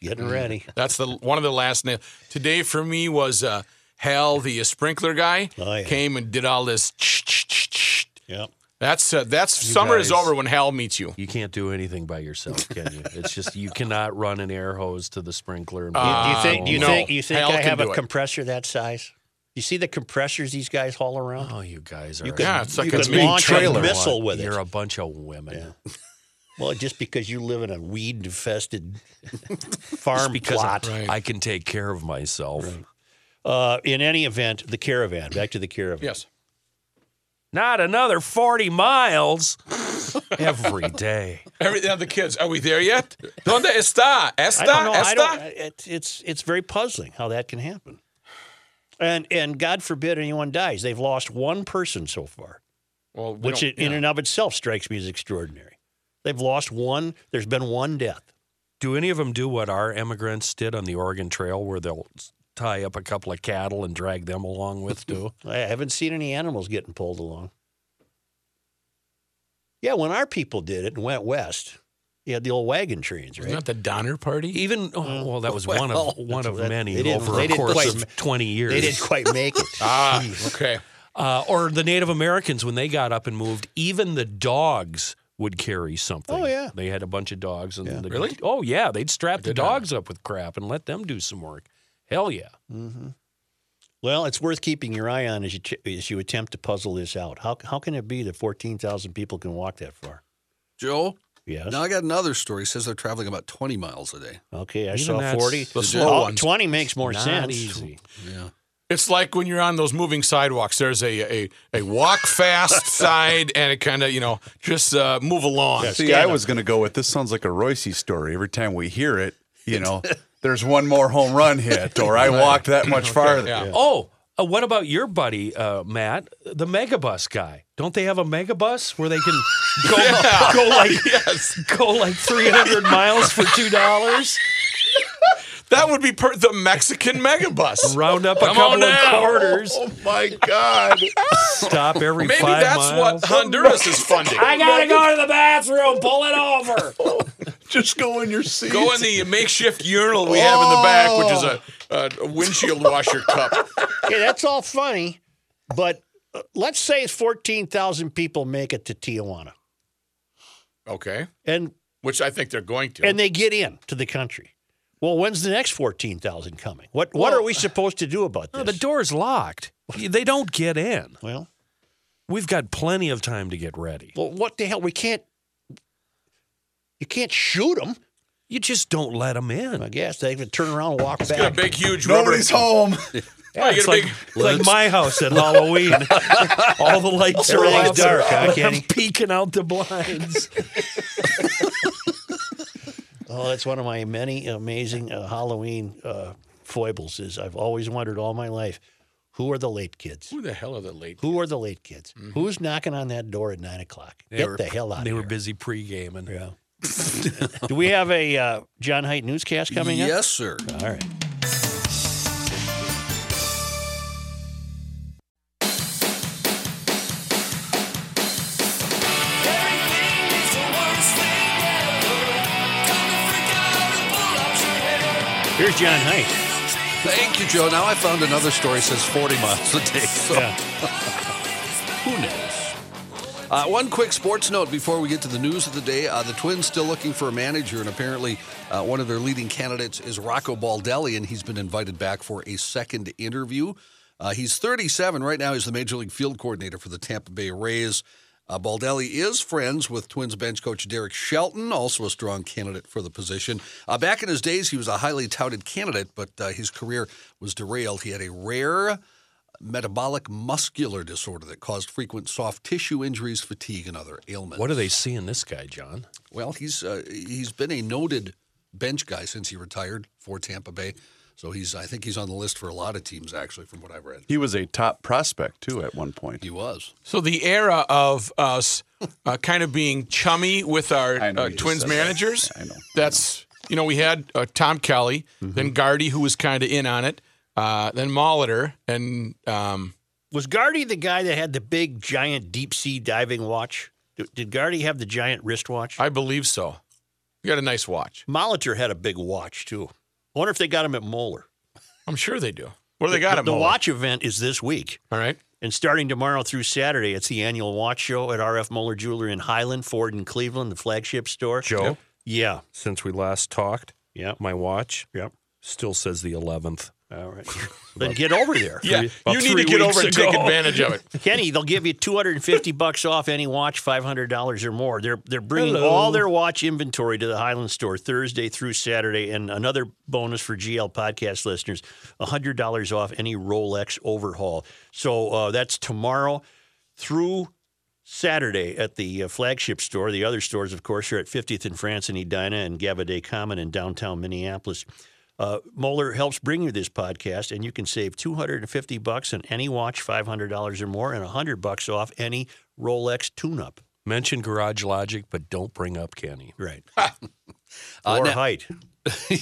[SPEAKER 2] Getting ready.
[SPEAKER 1] That's the one of the last nails. Today for me was uh, Hal, the sprinkler guy,
[SPEAKER 2] Oh, yeah.
[SPEAKER 1] came and did all this. ch- ch- ch- ch.
[SPEAKER 2] Yep.
[SPEAKER 1] That's uh, that's summer is
[SPEAKER 3] guys-
[SPEAKER 1] over when Hal meets you.
[SPEAKER 3] You can't do anything by yourself, can you? It's just you cannot run an air hose to the sprinkler. And
[SPEAKER 2] Do you
[SPEAKER 1] Uh,
[SPEAKER 2] think? Do you
[SPEAKER 1] no.
[SPEAKER 2] think? You think
[SPEAKER 1] Hal
[SPEAKER 2] I
[SPEAKER 1] can
[SPEAKER 2] have a
[SPEAKER 1] do it.
[SPEAKER 2] compressor that size? You see the compressors these guys haul around?
[SPEAKER 3] oh, you guys are.
[SPEAKER 1] could- Yeah, it's like
[SPEAKER 2] you
[SPEAKER 1] a
[SPEAKER 2] could
[SPEAKER 1] big
[SPEAKER 2] launch
[SPEAKER 1] trailer.
[SPEAKER 2] a missile with
[SPEAKER 3] You're
[SPEAKER 2] it.
[SPEAKER 3] a bunch of women.
[SPEAKER 2] Well, just because you live in a weed-infested farm
[SPEAKER 3] Because
[SPEAKER 2] plot.
[SPEAKER 3] I, I can take care of myself.
[SPEAKER 2] Uh, in any event, the caravan. Back to the caravan.
[SPEAKER 1] Yes.
[SPEAKER 3] Not another 40 miles every day.
[SPEAKER 1] Every now the kids, are we there yet? Donde está? Esta?
[SPEAKER 2] I don't know. I don't,
[SPEAKER 1] Esta?
[SPEAKER 2] it, it's it's very puzzling how that can happen. And and God forbid anyone dies. They've lost one person so far,
[SPEAKER 1] Well, we
[SPEAKER 2] which
[SPEAKER 1] don't-
[SPEAKER 2] in in and of itself strikes me as extraordinary. They've lost one. There's been one death.
[SPEAKER 3] Do any of them do what our immigrants did on the Oregon Trail, where they'll s- tie up a couple of cattle and drag them along with, too?
[SPEAKER 2] I haven't seen any animals getting pulled along. Yeah, when our people did it and went west, you had the old wagon trains, right?
[SPEAKER 1] Isn't that the Donner Party?
[SPEAKER 3] Even oh, well, that was
[SPEAKER 2] Mm.
[SPEAKER 3] one
[SPEAKER 2] Well,
[SPEAKER 3] of one of
[SPEAKER 2] that-
[SPEAKER 3] many
[SPEAKER 2] they didn't-
[SPEAKER 3] over
[SPEAKER 2] they
[SPEAKER 3] a
[SPEAKER 2] didn't
[SPEAKER 3] course
[SPEAKER 2] quite-
[SPEAKER 3] of twenty years.
[SPEAKER 2] They didn't quite make it.
[SPEAKER 1] Ah, okay.
[SPEAKER 3] uh, or the Native Americans when they got up and moved, even the dogs would carry something.
[SPEAKER 2] Oh, yeah.
[SPEAKER 3] they had a bunch of dogs and the,
[SPEAKER 1] Really?
[SPEAKER 3] oh yeah, they'd strap the dogs up with crap and let them do some work. Hell yeah!
[SPEAKER 2] Well, it's worth keeping your eye on as you ch- as you attempt to puzzle this out. How how can it be that fourteen thousand people can walk that far?
[SPEAKER 6] Joe,
[SPEAKER 2] Yes.
[SPEAKER 6] now I got another story. It says they're traveling about 20 miles a day.
[SPEAKER 2] okay, I
[SPEAKER 3] Even
[SPEAKER 2] saw
[SPEAKER 3] that's
[SPEAKER 2] forty.
[SPEAKER 1] The slow
[SPEAKER 2] Oh,
[SPEAKER 1] ones.
[SPEAKER 2] Twenty makes more
[SPEAKER 3] Not
[SPEAKER 2] sense.
[SPEAKER 3] easy.
[SPEAKER 1] It's like when you're on those moving sidewalks. There's a a, a walk fast side, and it kind of you know just uh, move along.
[SPEAKER 5] See, I was going to go with this sounds like a Royce story. Every time we hear it, you know, there's one more home run hit, or I walked that much farther.
[SPEAKER 1] yeah.
[SPEAKER 3] Oh, uh, what about your buddy uh, Matt, the megabus guy? Don't they have a megabus where they can go go like go like three hundred miles for two dollars?
[SPEAKER 1] That would be per- the Mexican megabus.
[SPEAKER 3] Round up a
[SPEAKER 1] Come on
[SPEAKER 3] couple of
[SPEAKER 1] down.
[SPEAKER 3] quarters,
[SPEAKER 5] Oh my God!
[SPEAKER 3] stop every
[SPEAKER 1] Maybe
[SPEAKER 3] five
[SPEAKER 1] that's
[SPEAKER 3] miles.
[SPEAKER 1] what Honduras is funding. Oh.
[SPEAKER 3] gotta go to the bathroom. Pull it over.
[SPEAKER 5] Just go in your seat.
[SPEAKER 1] Go in the makeshift urinal we have in the back, which is a, a, a windshield washer cup.
[SPEAKER 2] Okay, that's all funny, but uh, let's say fourteen thousand people make it to Tijuana,
[SPEAKER 1] Okay,
[SPEAKER 2] and
[SPEAKER 1] which I think they're going to.
[SPEAKER 2] and they get in to the country. Well, when's the next fourteen thousand coming? What what are we supposed to do about this?
[SPEAKER 3] the door's locked. They don't get in.
[SPEAKER 2] well,
[SPEAKER 3] We've got plenty of time to get ready.
[SPEAKER 2] well, what the hell? We can't. You can't shoot them.
[SPEAKER 3] You just don't let them in.
[SPEAKER 2] I guess they can turn around and walk
[SPEAKER 1] Got
[SPEAKER 2] back.
[SPEAKER 1] a big, huge
[SPEAKER 5] Nobody's
[SPEAKER 1] rubber.
[SPEAKER 5] home.
[SPEAKER 1] Yeah, you get
[SPEAKER 3] it's
[SPEAKER 1] a
[SPEAKER 3] like,
[SPEAKER 1] big-
[SPEAKER 3] it's like my house at Halloween. All the lights are
[SPEAKER 2] Everything's
[SPEAKER 3] off.
[SPEAKER 2] dark, huh,
[SPEAKER 3] I'm
[SPEAKER 2] Kenny?
[SPEAKER 3] peeking out the blinds.
[SPEAKER 2] Oh, that's one of my many amazing uh, Halloween uh, foibles. Is I've always wondered all my life, who are the late kids?
[SPEAKER 1] Who the hell are the late? Mm-hmm.
[SPEAKER 2] Who are the late kids? Who's knocking on that door at nine o'clock?
[SPEAKER 3] They
[SPEAKER 2] Get
[SPEAKER 3] were-
[SPEAKER 2] the hell out.
[SPEAKER 3] They
[SPEAKER 2] of
[SPEAKER 3] were
[SPEAKER 2] here.
[SPEAKER 3] busy pre-gaming. Yeah.
[SPEAKER 2] Do we have a uh, John Height newscast coming up?
[SPEAKER 6] yes, sir.
[SPEAKER 2] All right. Here's John Height.
[SPEAKER 6] Thank you, Joe. Now I found another story. It says 40 miles a day. So
[SPEAKER 2] Yeah.
[SPEAKER 6] who knows? Uh, one quick sports note before we get to the news of the day. Uh, the Twins still looking for a manager, and apparently uh, one of their leading candidates is Rocco Baldelli, and he's been invited back for a second interview. Uh, he's 37. Right now, he's the Major League Field Coordinator for the Tampa Bay Rays. Uh, Baldelli is friends with Twins bench coach Derek Shelton, also a strong candidate for the position. Uh, back in his days, he was a highly touted candidate, but uh, his career was derailed. He had a rare metabolic muscular disorder that caused frequent soft tissue injuries, fatigue, and other ailments.
[SPEAKER 3] What are they seeing this guy, John?
[SPEAKER 6] Well, he's uh, he's been a noted bench guy since he retired for Tampa Bay. So he's I think he's on the list for a lot of teams actually, from what I've read.
[SPEAKER 5] He was a top prospect too at one point.
[SPEAKER 6] He was.
[SPEAKER 1] So the era of us uh, kind of being chummy with our
[SPEAKER 5] I know
[SPEAKER 1] uh,
[SPEAKER 5] you
[SPEAKER 1] Twins
[SPEAKER 5] said that.
[SPEAKER 1] managers.
[SPEAKER 5] I know, Mm-hmm. I know.
[SPEAKER 1] That's you know we had uh, Tom Kelly, then Gardy, who was kind of in on it, uh, then Molitor, and um,
[SPEAKER 2] Was Gardy the guy that had the big giant deep sea diving watch? Did, did Gardy have the giant wristwatch?
[SPEAKER 1] I believe so. You got a nice watch.
[SPEAKER 2] Molitor had a big watch too. I wonder if they got him at Moeller.
[SPEAKER 1] I'm sure they do. What do they got?
[SPEAKER 2] the,
[SPEAKER 1] at
[SPEAKER 2] the
[SPEAKER 1] Moeller?
[SPEAKER 2] watch event is this week.
[SPEAKER 1] All right.
[SPEAKER 2] And starting tomorrow through Saturday, it's the annual watch show at RF Moeller Jewelry in Highland, Ford in Cleveland, the flagship store.
[SPEAKER 3] Joe,
[SPEAKER 2] Yeah.
[SPEAKER 3] since we last talked,
[SPEAKER 2] Yeah.
[SPEAKER 3] my watch
[SPEAKER 2] Yep.
[SPEAKER 3] still says the 11th.
[SPEAKER 2] All right. then get over there.
[SPEAKER 1] Yeah,
[SPEAKER 3] about
[SPEAKER 1] you need to
[SPEAKER 3] three
[SPEAKER 1] get
[SPEAKER 3] weeks
[SPEAKER 1] over and take
[SPEAKER 3] ago.
[SPEAKER 1] advantage of it.
[SPEAKER 2] Kenny, they'll give you 250 bucks off any watch, $500 or more. They're they're bringing
[SPEAKER 3] Hello.
[SPEAKER 2] all their watch inventory to the Highland store Thursday through Saturday and another bonus for GL podcast listeners, $100 off any Rolex overhaul. So uh, that's tomorrow through Saturday at the uh, flagship store. The other stores, of course, are at 50th and France and Edina and Gavaday Common in downtown Minneapolis. Uh, Moeller helps bring you this podcast, and you can save 250 bucks on any watch, $500 or more, and 100 bucks off any Rolex tune-up.
[SPEAKER 3] Mention Garage Logic, but don't bring up Kenny.
[SPEAKER 2] Right.
[SPEAKER 6] Uh,
[SPEAKER 2] or
[SPEAKER 6] now-
[SPEAKER 2] height.
[SPEAKER 1] You're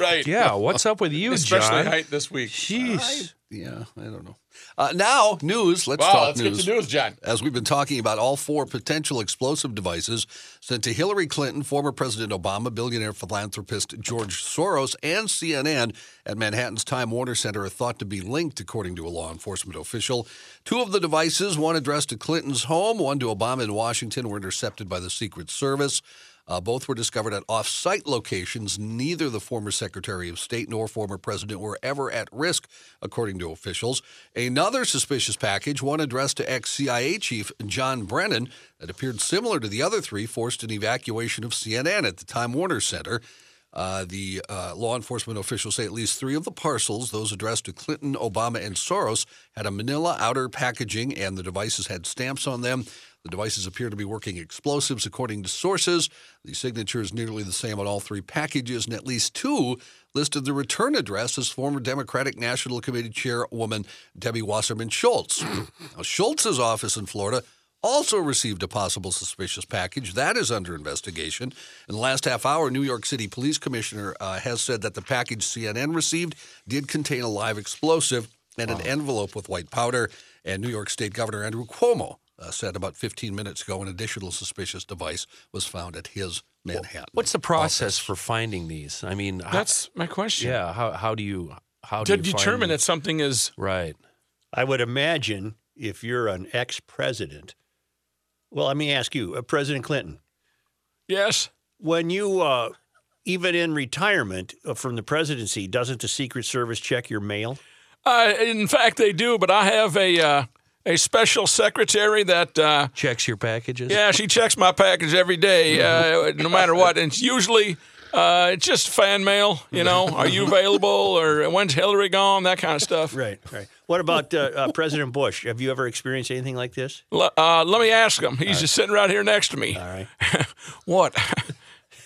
[SPEAKER 1] right.
[SPEAKER 3] Yeah, what's up with you,
[SPEAKER 1] Especially
[SPEAKER 3] John?
[SPEAKER 1] height this week.
[SPEAKER 3] Jeez.
[SPEAKER 6] Yeah, I don't know. Uh, now news. Let's
[SPEAKER 1] Wow,
[SPEAKER 6] talk
[SPEAKER 1] let's
[SPEAKER 6] news.
[SPEAKER 1] get to news, John.
[SPEAKER 6] As we've been talking about all four potential explosive devices sent to Hillary Clinton, former President Obama, billionaire philanthropist George Soros, and CNN at Manhattan's Time Warner Center are thought to be linked, according to a law enforcement official. Two of the devices, one addressed to Clinton's home, one to Obama in Washington, were intercepted by the Secret Service. Uh, both were discovered at off site locations. Neither the former Secretary of State nor former president were ever at risk, according to officials. Another suspicious package, one addressed to ex CIA chief John Brennan, that appeared similar to the other three, forced an evacuation of CNN at the Time Warner Center. Uh, the uh, law enforcement officials say at least three of the parcels, those addressed to Clinton, Obama, and Soros, had a manila outer packaging and the devices had stamps on them. The devices appear to be working explosives, according to sources. The signature is nearly the same on all three packages, and at least two listed the return address as former Democratic National Committee Chairwoman Debbie Wasserman Schultz. now, Schultz's office in Florida also received a possible suspicious package. That is under investigation. In the last half hour, New York City Police Commissioner uh, has said that the package CNN received did contain a live explosive and an envelope with white powder. And New York State Governor Andrew Cuomo uh, said about 15 minutes ago an additional suspicious device was found at his Manhattan.
[SPEAKER 3] What's the process for finding these? I mean, how-
[SPEAKER 1] That's my question.
[SPEAKER 3] yeah. How how do you how do
[SPEAKER 1] To
[SPEAKER 3] you find
[SPEAKER 1] determine
[SPEAKER 3] them?
[SPEAKER 1] that something is
[SPEAKER 3] right?
[SPEAKER 2] I would imagine if you're an ex-president, well, let me ask you, uh, President Clinton,
[SPEAKER 1] yes.
[SPEAKER 2] when you uh, even in retirement uh, from the presidency, doesn't the Secret Service check your mail?
[SPEAKER 1] Uh, in fact, they do. But I have a uh, a special secretary that uh,
[SPEAKER 3] Checks your packages.
[SPEAKER 1] yeah, she checks my package every day,
[SPEAKER 2] Mm-hmm.
[SPEAKER 1] uh, no matter what. And it's usually uh, it's just fan mail. You know,
[SPEAKER 2] Mm-hmm.
[SPEAKER 1] are you available or when's Hillary gone? That kind of stuff.
[SPEAKER 2] Right, right. What about uh, uh, President Bush? Have you ever experienced anything like this?
[SPEAKER 1] Le- uh, let me ask him. He's just sitting right here next to me.
[SPEAKER 2] All right.
[SPEAKER 1] What?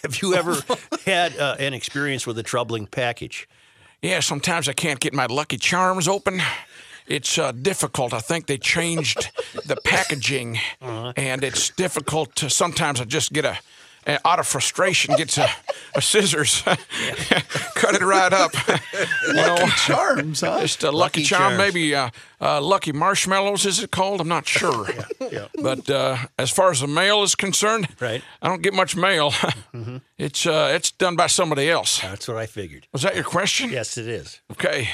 [SPEAKER 2] Have you ever had uh, an experience with a troubling package?
[SPEAKER 1] yeah, sometimes I can't get my Lucky Charms open. It's uh, difficult. I think they changed the packaging,
[SPEAKER 2] Uh-huh.
[SPEAKER 1] and it's difficult. To, sometimes I just get a, a- out of frustration, gets a, a scissors, cut it right up. you know,
[SPEAKER 5] Charms, huh?
[SPEAKER 1] just a Lucky,
[SPEAKER 2] Lucky
[SPEAKER 1] Charm,
[SPEAKER 2] Charms.
[SPEAKER 1] maybe uh, uh, Lucky Marshmallows is it called? I'm not sure. But uh, as far as the mail is concerned,
[SPEAKER 2] Right. Mm-hmm.
[SPEAKER 1] I don't get much mail. It's uh, it's done by somebody else.
[SPEAKER 2] That's what I figured.
[SPEAKER 1] Was that your question?
[SPEAKER 2] Yes, it is.
[SPEAKER 1] Okay.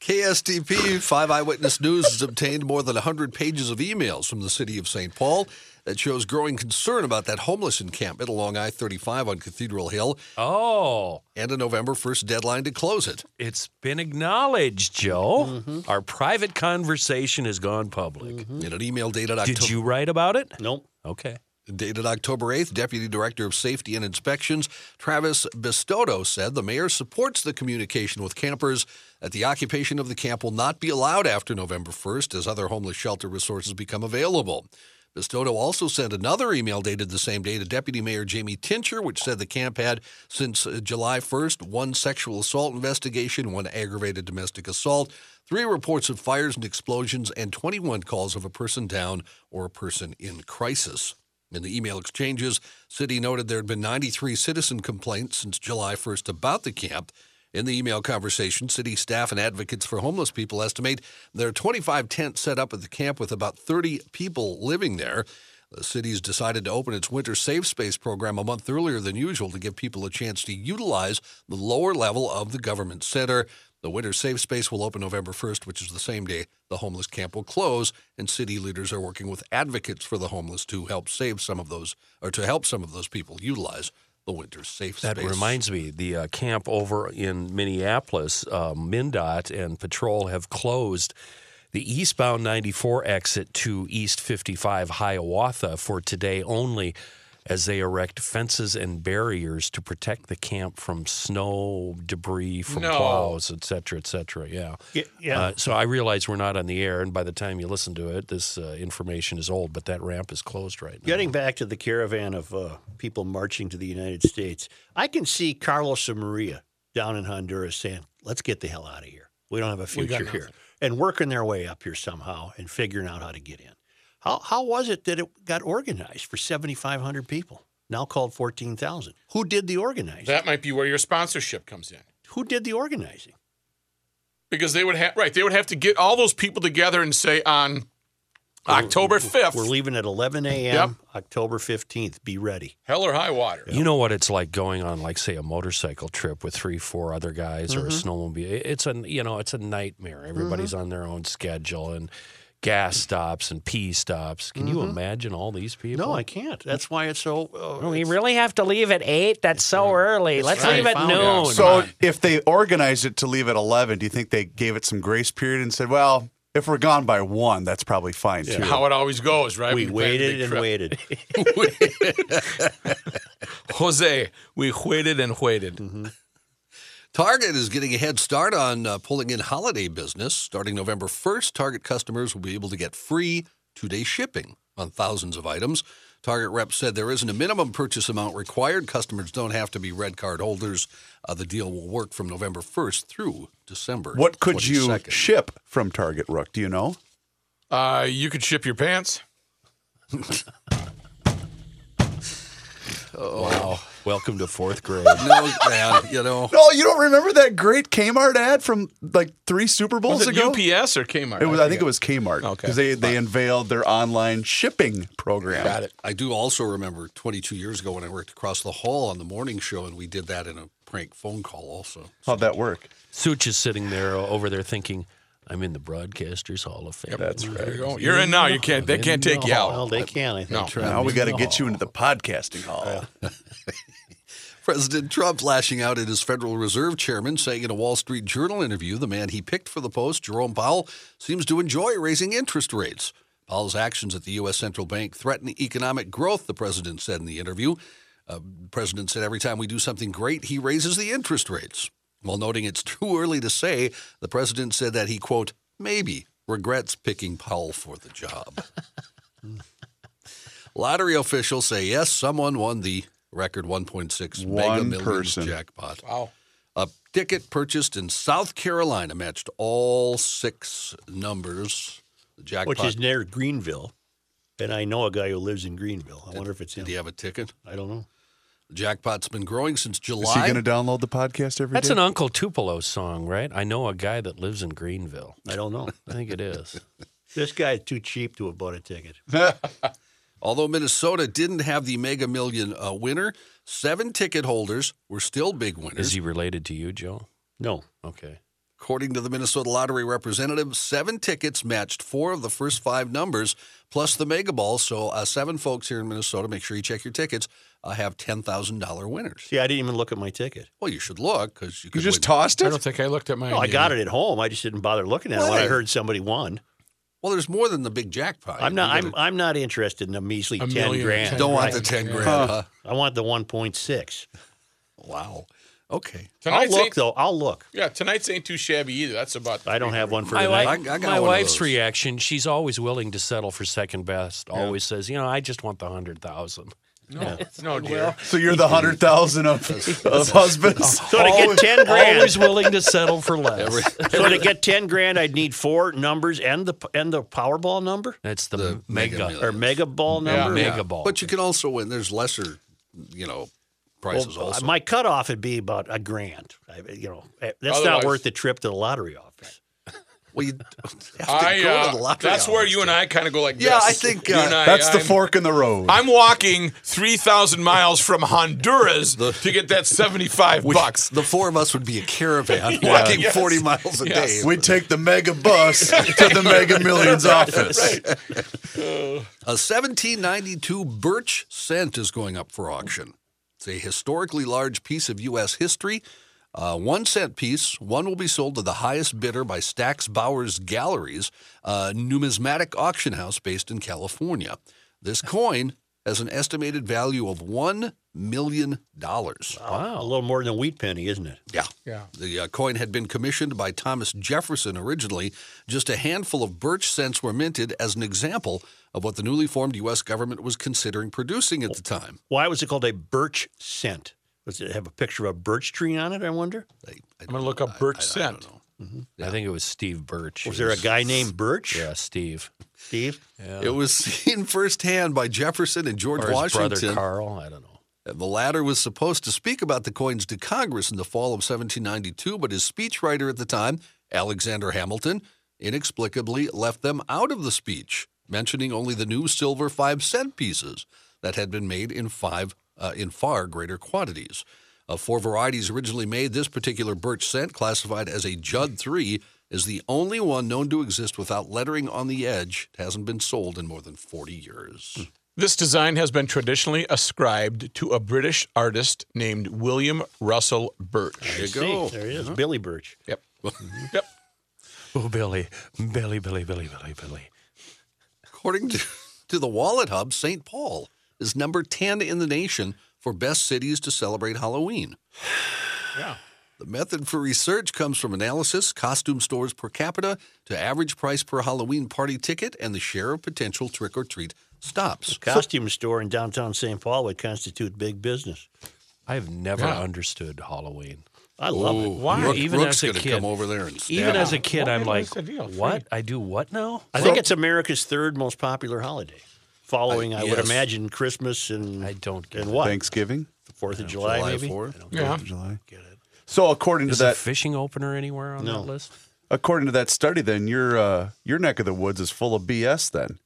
[SPEAKER 6] KSTP 5 Eyewitness News has obtained more than 100 pages of emails from the city of St. Paul that shows growing concern about that homeless encampment along I 35 on Cathedral Hill
[SPEAKER 3] Oh,
[SPEAKER 6] and a November 1st deadline to close it.
[SPEAKER 3] it's been acknowledged, Joe.
[SPEAKER 1] Mm-hmm.
[SPEAKER 3] Our private conversation has gone public.
[SPEAKER 6] In an email dated October.
[SPEAKER 3] Mm-hmm. Did you write about it?
[SPEAKER 2] Nope.
[SPEAKER 3] Okay.
[SPEAKER 6] Dated October 8th, Deputy Director of Safety and Inspections Travis Bistodo said the mayor supports the communication with campers that the occupation of the camp will not be allowed after November 1st as other homeless shelter resources become available. Bistodo also sent another email dated the same day to Deputy Mayor Jamie Tincher, which said the camp had, since uh, July 1st, one sexual assault investigation, one aggravated domestic assault, three reports of fires and explosions, and 21 calls of a person down or a person in crisis. In the email exchanges, City noted there had been 93 citizen complaints since July 1st about the camp. In the email conversation, city staff and advocates for homeless people estimate there are 25 tents set up at the camp with about 30 people living there. The city's decided to open its winter safe space program a month earlier than usual to give people a chance to utilize the lower level of the government center. The winter safe space will open November 1st, which is the same day the homeless camp will close, and city leaders are working with advocates for the homeless to help save some of those or to help some of those people utilize the winter safe
[SPEAKER 3] That
[SPEAKER 6] space.
[SPEAKER 3] reminds me, the uh, camp over in Minneapolis, uh, MnDOT and Patrol have closed the eastbound 94 exit to East 55 Hiawatha for today only as they erect fences and barriers to protect the camp from snow, debris, from
[SPEAKER 1] No.
[SPEAKER 3] plows, et cetera, et cetera. Yeah.
[SPEAKER 2] Yeah, yeah.
[SPEAKER 3] Uh, so I realize we're not on the air, and by the time you listen to it, this uh, information is old, but that ramp is closed right now.
[SPEAKER 2] Getting back to the caravan of uh, people marching to the United States, I can see Carlos and Maria down in Honduras saying, let's get the hell out of here. We don't have a
[SPEAKER 1] We got
[SPEAKER 2] future here.
[SPEAKER 1] nothing.
[SPEAKER 2] And working their way up here somehow and figuring out how to get in. How, how was it that it got organized for 7,500 people, now called 14,000? Who did the organizing?
[SPEAKER 1] That might be where your sponsorship comes in.
[SPEAKER 2] Who did the organizing?
[SPEAKER 1] Because they would have right, they would have to get all those people together and say on October
[SPEAKER 2] We're
[SPEAKER 1] fifth,
[SPEAKER 2] leaving at 11 a.m., October 15th. Be ready.
[SPEAKER 1] hell or high water.
[SPEAKER 3] You know what it's like going on, like say, a motorcycle trip with three, four other guys, or a snowmobile. It- It's a you know, it's a nightmare. Everybody's on their own schedule and gas stops and pee stops. Can you imagine all these people?
[SPEAKER 2] No, I can't. That's why it's so. Uh,
[SPEAKER 3] we really have to leave at eight. That's so early. Let's
[SPEAKER 1] right.
[SPEAKER 3] leave at
[SPEAKER 1] Found
[SPEAKER 3] noon.
[SPEAKER 1] us.
[SPEAKER 5] So if they organized it to leave at 11, do you think they gave it some grace period and said, well, if we're gone by one, that's probably fine too?
[SPEAKER 1] How it always goes, right?
[SPEAKER 2] we
[SPEAKER 1] When you plan a
[SPEAKER 2] waited
[SPEAKER 1] big
[SPEAKER 2] and
[SPEAKER 1] trip.
[SPEAKER 2] waited.
[SPEAKER 1] Jose, we waited and waited.
[SPEAKER 6] Target is getting a head start on uh, pulling in holiday business. Starting November 1st, Target customers will be able to get free two day shipping on thousands of items. Target rep said there isn't a minimum purchase amount required. Customers don't have to be red card holders. Uh, the deal will work from November 1st through December.
[SPEAKER 5] What could you
[SPEAKER 6] 22nd.
[SPEAKER 5] ship from Target Rook? Do you know?
[SPEAKER 1] Uh, you could ship your pants.
[SPEAKER 3] Welcome to fourth grade.
[SPEAKER 6] No, man, you know.
[SPEAKER 5] No, Oh, you don't remember that great Kmart ad from like three Super Bowls
[SPEAKER 1] Was it
[SPEAKER 5] ago?
[SPEAKER 1] UPS or Kmart?
[SPEAKER 5] It was. I think it was Kmart.
[SPEAKER 1] Okay.
[SPEAKER 5] Because they they unveiled their online shipping program.
[SPEAKER 1] Got it.
[SPEAKER 6] I do also remember 22 years ago when I worked across the hall on the morning show, and we did that in a prank phone call also.
[SPEAKER 5] How'd that work?
[SPEAKER 3] Such is sitting there uh, over there thinking, "I'm in the Broadcasters Hall of Fame." Mm-hmm. That's right.
[SPEAKER 1] There you go. You're in now. You can't. They can't take you
[SPEAKER 2] Well,
[SPEAKER 1] out.
[SPEAKER 2] they can, I think.
[SPEAKER 5] Now we got to get you into the podcasting hall.
[SPEAKER 6] President Trump lashing out at his Federal Reserve chairman, saying in a Wall Street Journal interview the man he picked for the post, Jerome Powell, seems to enjoy raising interest rates. Powell's actions at the U.S. central bank threaten economic growth, the president said in the interview. Uh, the president said every time we do something great, he raises the interest rates. While noting it's too early to say, the president said that he, quote, maybe regrets picking Powell for the job. Lottery officials say yes, someone won the record 1.6 mega
[SPEAKER 5] One
[SPEAKER 6] millions
[SPEAKER 5] person.
[SPEAKER 6] jackpot.
[SPEAKER 1] Wow.
[SPEAKER 6] A ticket purchased in South Carolina matched all six numbers. The jackpot.
[SPEAKER 2] Which is near Greenville. And I know a guy who lives in Greenville. I wonder if it's him.
[SPEAKER 6] Did he have a ticket?
[SPEAKER 2] I don't know.
[SPEAKER 6] The jackpot's been growing since
[SPEAKER 5] Is he
[SPEAKER 6] July.
[SPEAKER 5] going to download the podcast every day?
[SPEAKER 3] That's an Uncle Tupelo song, right? I know a guy that lives in Greenville.
[SPEAKER 2] I don't know.
[SPEAKER 3] I think it is.
[SPEAKER 2] this guy is too cheap to have bought a ticket.
[SPEAKER 6] Although Minnesota didn't have the Mega Million uh, winner, seven ticket holders were still big winners.
[SPEAKER 3] Is he related to you, Joe?
[SPEAKER 2] No.
[SPEAKER 3] Okay.
[SPEAKER 6] According to the Minnesota Lottery representative, seven tickets matched four of the first five numbers, plus the Mega Ball. So, uh, seven folks here in Minnesota, make sure you check your tickets, uh, have $10,000 winners.
[SPEAKER 2] See, I didn't even look at my ticket.
[SPEAKER 6] Well, you should look because you could
[SPEAKER 5] You just
[SPEAKER 6] win.
[SPEAKER 5] tossed
[SPEAKER 1] I
[SPEAKER 5] it?
[SPEAKER 1] don't think I looked at mine.
[SPEAKER 2] No, I got it at home. I just didn't bother looking at it when I
[SPEAKER 6] Why?
[SPEAKER 2] heard somebody won.
[SPEAKER 6] well, there's more than the big jackpot.
[SPEAKER 2] I'm not.
[SPEAKER 6] You
[SPEAKER 2] I'm. I'm not interested in a measly
[SPEAKER 1] A
[SPEAKER 2] ten
[SPEAKER 1] million or
[SPEAKER 2] grand.
[SPEAKER 1] 10
[SPEAKER 6] don't want
[SPEAKER 1] Right.
[SPEAKER 6] the 10 grand. huh?
[SPEAKER 2] I want the one point six.
[SPEAKER 6] Wow. Okay.
[SPEAKER 2] I'll
[SPEAKER 1] Tonight's
[SPEAKER 2] look
[SPEAKER 1] ain't-
[SPEAKER 2] though. I'll look.
[SPEAKER 1] Yeah, tonight's ain't too shabby either. That's about.
[SPEAKER 2] I don't have one for
[SPEAKER 3] My,
[SPEAKER 2] tonight.
[SPEAKER 3] wife,
[SPEAKER 6] I- I got one
[SPEAKER 3] my
[SPEAKER 6] of
[SPEAKER 3] wife's
[SPEAKER 6] those.
[SPEAKER 3] reaction, she's always willing to settle for second best. Always says, you know, I just want the hundred thousand.
[SPEAKER 1] No, no, dear.
[SPEAKER 5] So you're the 100,000 of, of husbands?
[SPEAKER 2] So to get ten grand,
[SPEAKER 3] Always willing to settle for less.
[SPEAKER 2] so to get ten grand, I'd need four numbers and the and the Powerball number
[SPEAKER 3] That's the,
[SPEAKER 6] The
[SPEAKER 3] mega,
[SPEAKER 6] Mega Millions.
[SPEAKER 2] or Mega Ball
[SPEAKER 3] yeah,
[SPEAKER 2] number.
[SPEAKER 3] mega ball.
[SPEAKER 6] But you can also win. There's lesser, you know, prices
[SPEAKER 2] Well,
[SPEAKER 6] also.
[SPEAKER 2] Uh, my cutoff would be about a grand. I, you know, Eh, that's not
[SPEAKER 1] Otherwise-
[SPEAKER 2] worth the trip to the lottery office.
[SPEAKER 6] well, you have to
[SPEAKER 1] I,
[SPEAKER 6] go
[SPEAKER 1] uh,
[SPEAKER 6] to the lottery.
[SPEAKER 1] that's where
[SPEAKER 6] office.
[SPEAKER 1] you and I kind of go like
[SPEAKER 6] Yeah,
[SPEAKER 1] this.
[SPEAKER 6] I think,
[SPEAKER 1] You
[SPEAKER 6] uh,
[SPEAKER 1] and I-
[SPEAKER 5] That's the
[SPEAKER 1] I'm-
[SPEAKER 5] fork in the road.
[SPEAKER 1] I'm walking 3,000 miles from Honduras to get that 75 bucks.
[SPEAKER 6] The four of us would be a caravan walking 40 miles a
[SPEAKER 1] Yes.
[SPEAKER 6] day.
[SPEAKER 5] We'd take the mega bus to the Mega Millions office.
[SPEAKER 6] A 1792 birch cent is going up for auction. It's a historically large piece of U.S. history. Uh, one cent piece, one will be sold to the highest bidder by Stax Bowers Galleries, a numismatic auction house based in California. This coin has an estimated value of $1 million.
[SPEAKER 2] Wow, a little more than a wheat penny, isn't it?
[SPEAKER 6] Yeah. Yeah. The uh, coin had been commissioned by Thomas Jefferson originally. Just a handful of birch cents were minted as an example of what the newly formed U.S. government was considering producing at the
[SPEAKER 3] Oh.
[SPEAKER 6] time.
[SPEAKER 2] Why was it called a birch cent? Does it have a picture of a birch tree on it? I wonder.
[SPEAKER 6] I, I
[SPEAKER 1] I'm going to look up Birch Cent.
[SPEAKER 3] I think it was Steve Birch.
[SPEAKER 2] Was there a guy named Birch?
[SPEAKER 3] Yeah, Steve.
[SPEAKER 2] Steve.
[SPEAKER 6] It was seen firsthand by Jefferson and George
[SPEAKER 3] Or his brother
[SPEAKER 6] Washington.
[SPEAKER 3] Carl. I don't know.
[SPEAKER 6] The latter was supposed to speak about the coins to Congress in the fall of 1792, but his speechwriter at the time, Alexander Hamilton, inexplicably left them out of the speech, mentioning only the new silver five cent pieces that had been made in five uh, in far greater quantities. Of four varieties originally made, this particular birch cent, classified as a Judd 3, is the only one known to exist without lettering on the edge. It hasn't been sold in more than 40 years.
[SPEAKER 1] This design has been traditionally ascribed to a British artist named William Russell Birch.
[SPEAKER 6] There you go.
[SPEAKER 2] See, there he is,
[SPEAKER 3] Uh-huh.
[SPEAKER 2] Billy Birch.
[SPEAKER 1] Yep. yep.
[SPEAKER 3] Oh, Billy, Billy, Billy, Billy, Billy, Billy.
[SPEAKER 6] According to, to the Wallet Hub, St. Paul is number 10 in the nation for best cities to celebrate Halloween.
[SPEAKER 1] Yeah.
[SPEAKER 6] The method for research comes from analysis, costume stores per capita, to average price per Halloween party ticket, and the share of potential trick or treat stops.
[SPEAKER 2] Costume store in downtown St. Paul would constitute big business.
[SPEAKER 3] I've never
[SPEAKER 1] Yeah.
[SPEAKER 3] understood Halloween.
[SPEAKER 2] I love it.
[SPEAKER 3] Why?
[SPEAKER 6] Rook-
[SPEAKER 3] Even
[SPEAKER 6] Rook's
[SPEAKER 3] as a
[SPEAKER 6] gonna
[SPEAKER 3] kid.
[SPEAKER 6] come over there and stab
[SPEAKER 3] Even
[SPEAKER 6] him.
[SPEAKER 3] as a kid, I'm like, what? I do what now?
[SPEAKER 2] I think it's America's third most popular holiday, following, I, would
[SPEAKER 6] yes.
[SPEAKER 2] imagine, Christmas and
[SPEAKER 3] I don't get
[SPEAKER 2] and
[SPEAKER 3] it.
[SPEAKER 2] what
[SPEAKER 5] Thanksgiving,
[SPEAKER 2] Fourth of July,
[SPEAKER 6] July
[SPEAKER 2] maybe.
[SPEAKER 6] 4th.
[SPEAKER 1] Yeah.
[SPEAKER 5] July. So according
[SPEAKER 3] Is
[SPEAKER 5] to
[SPEAKER 3] a
[SPEAKER 5] that,
[SPEAKER 3] fishing opener anywhere on that list?
[SPEAKER 5] according to that study, then your uh, your neck of the woods is full of BS. Then,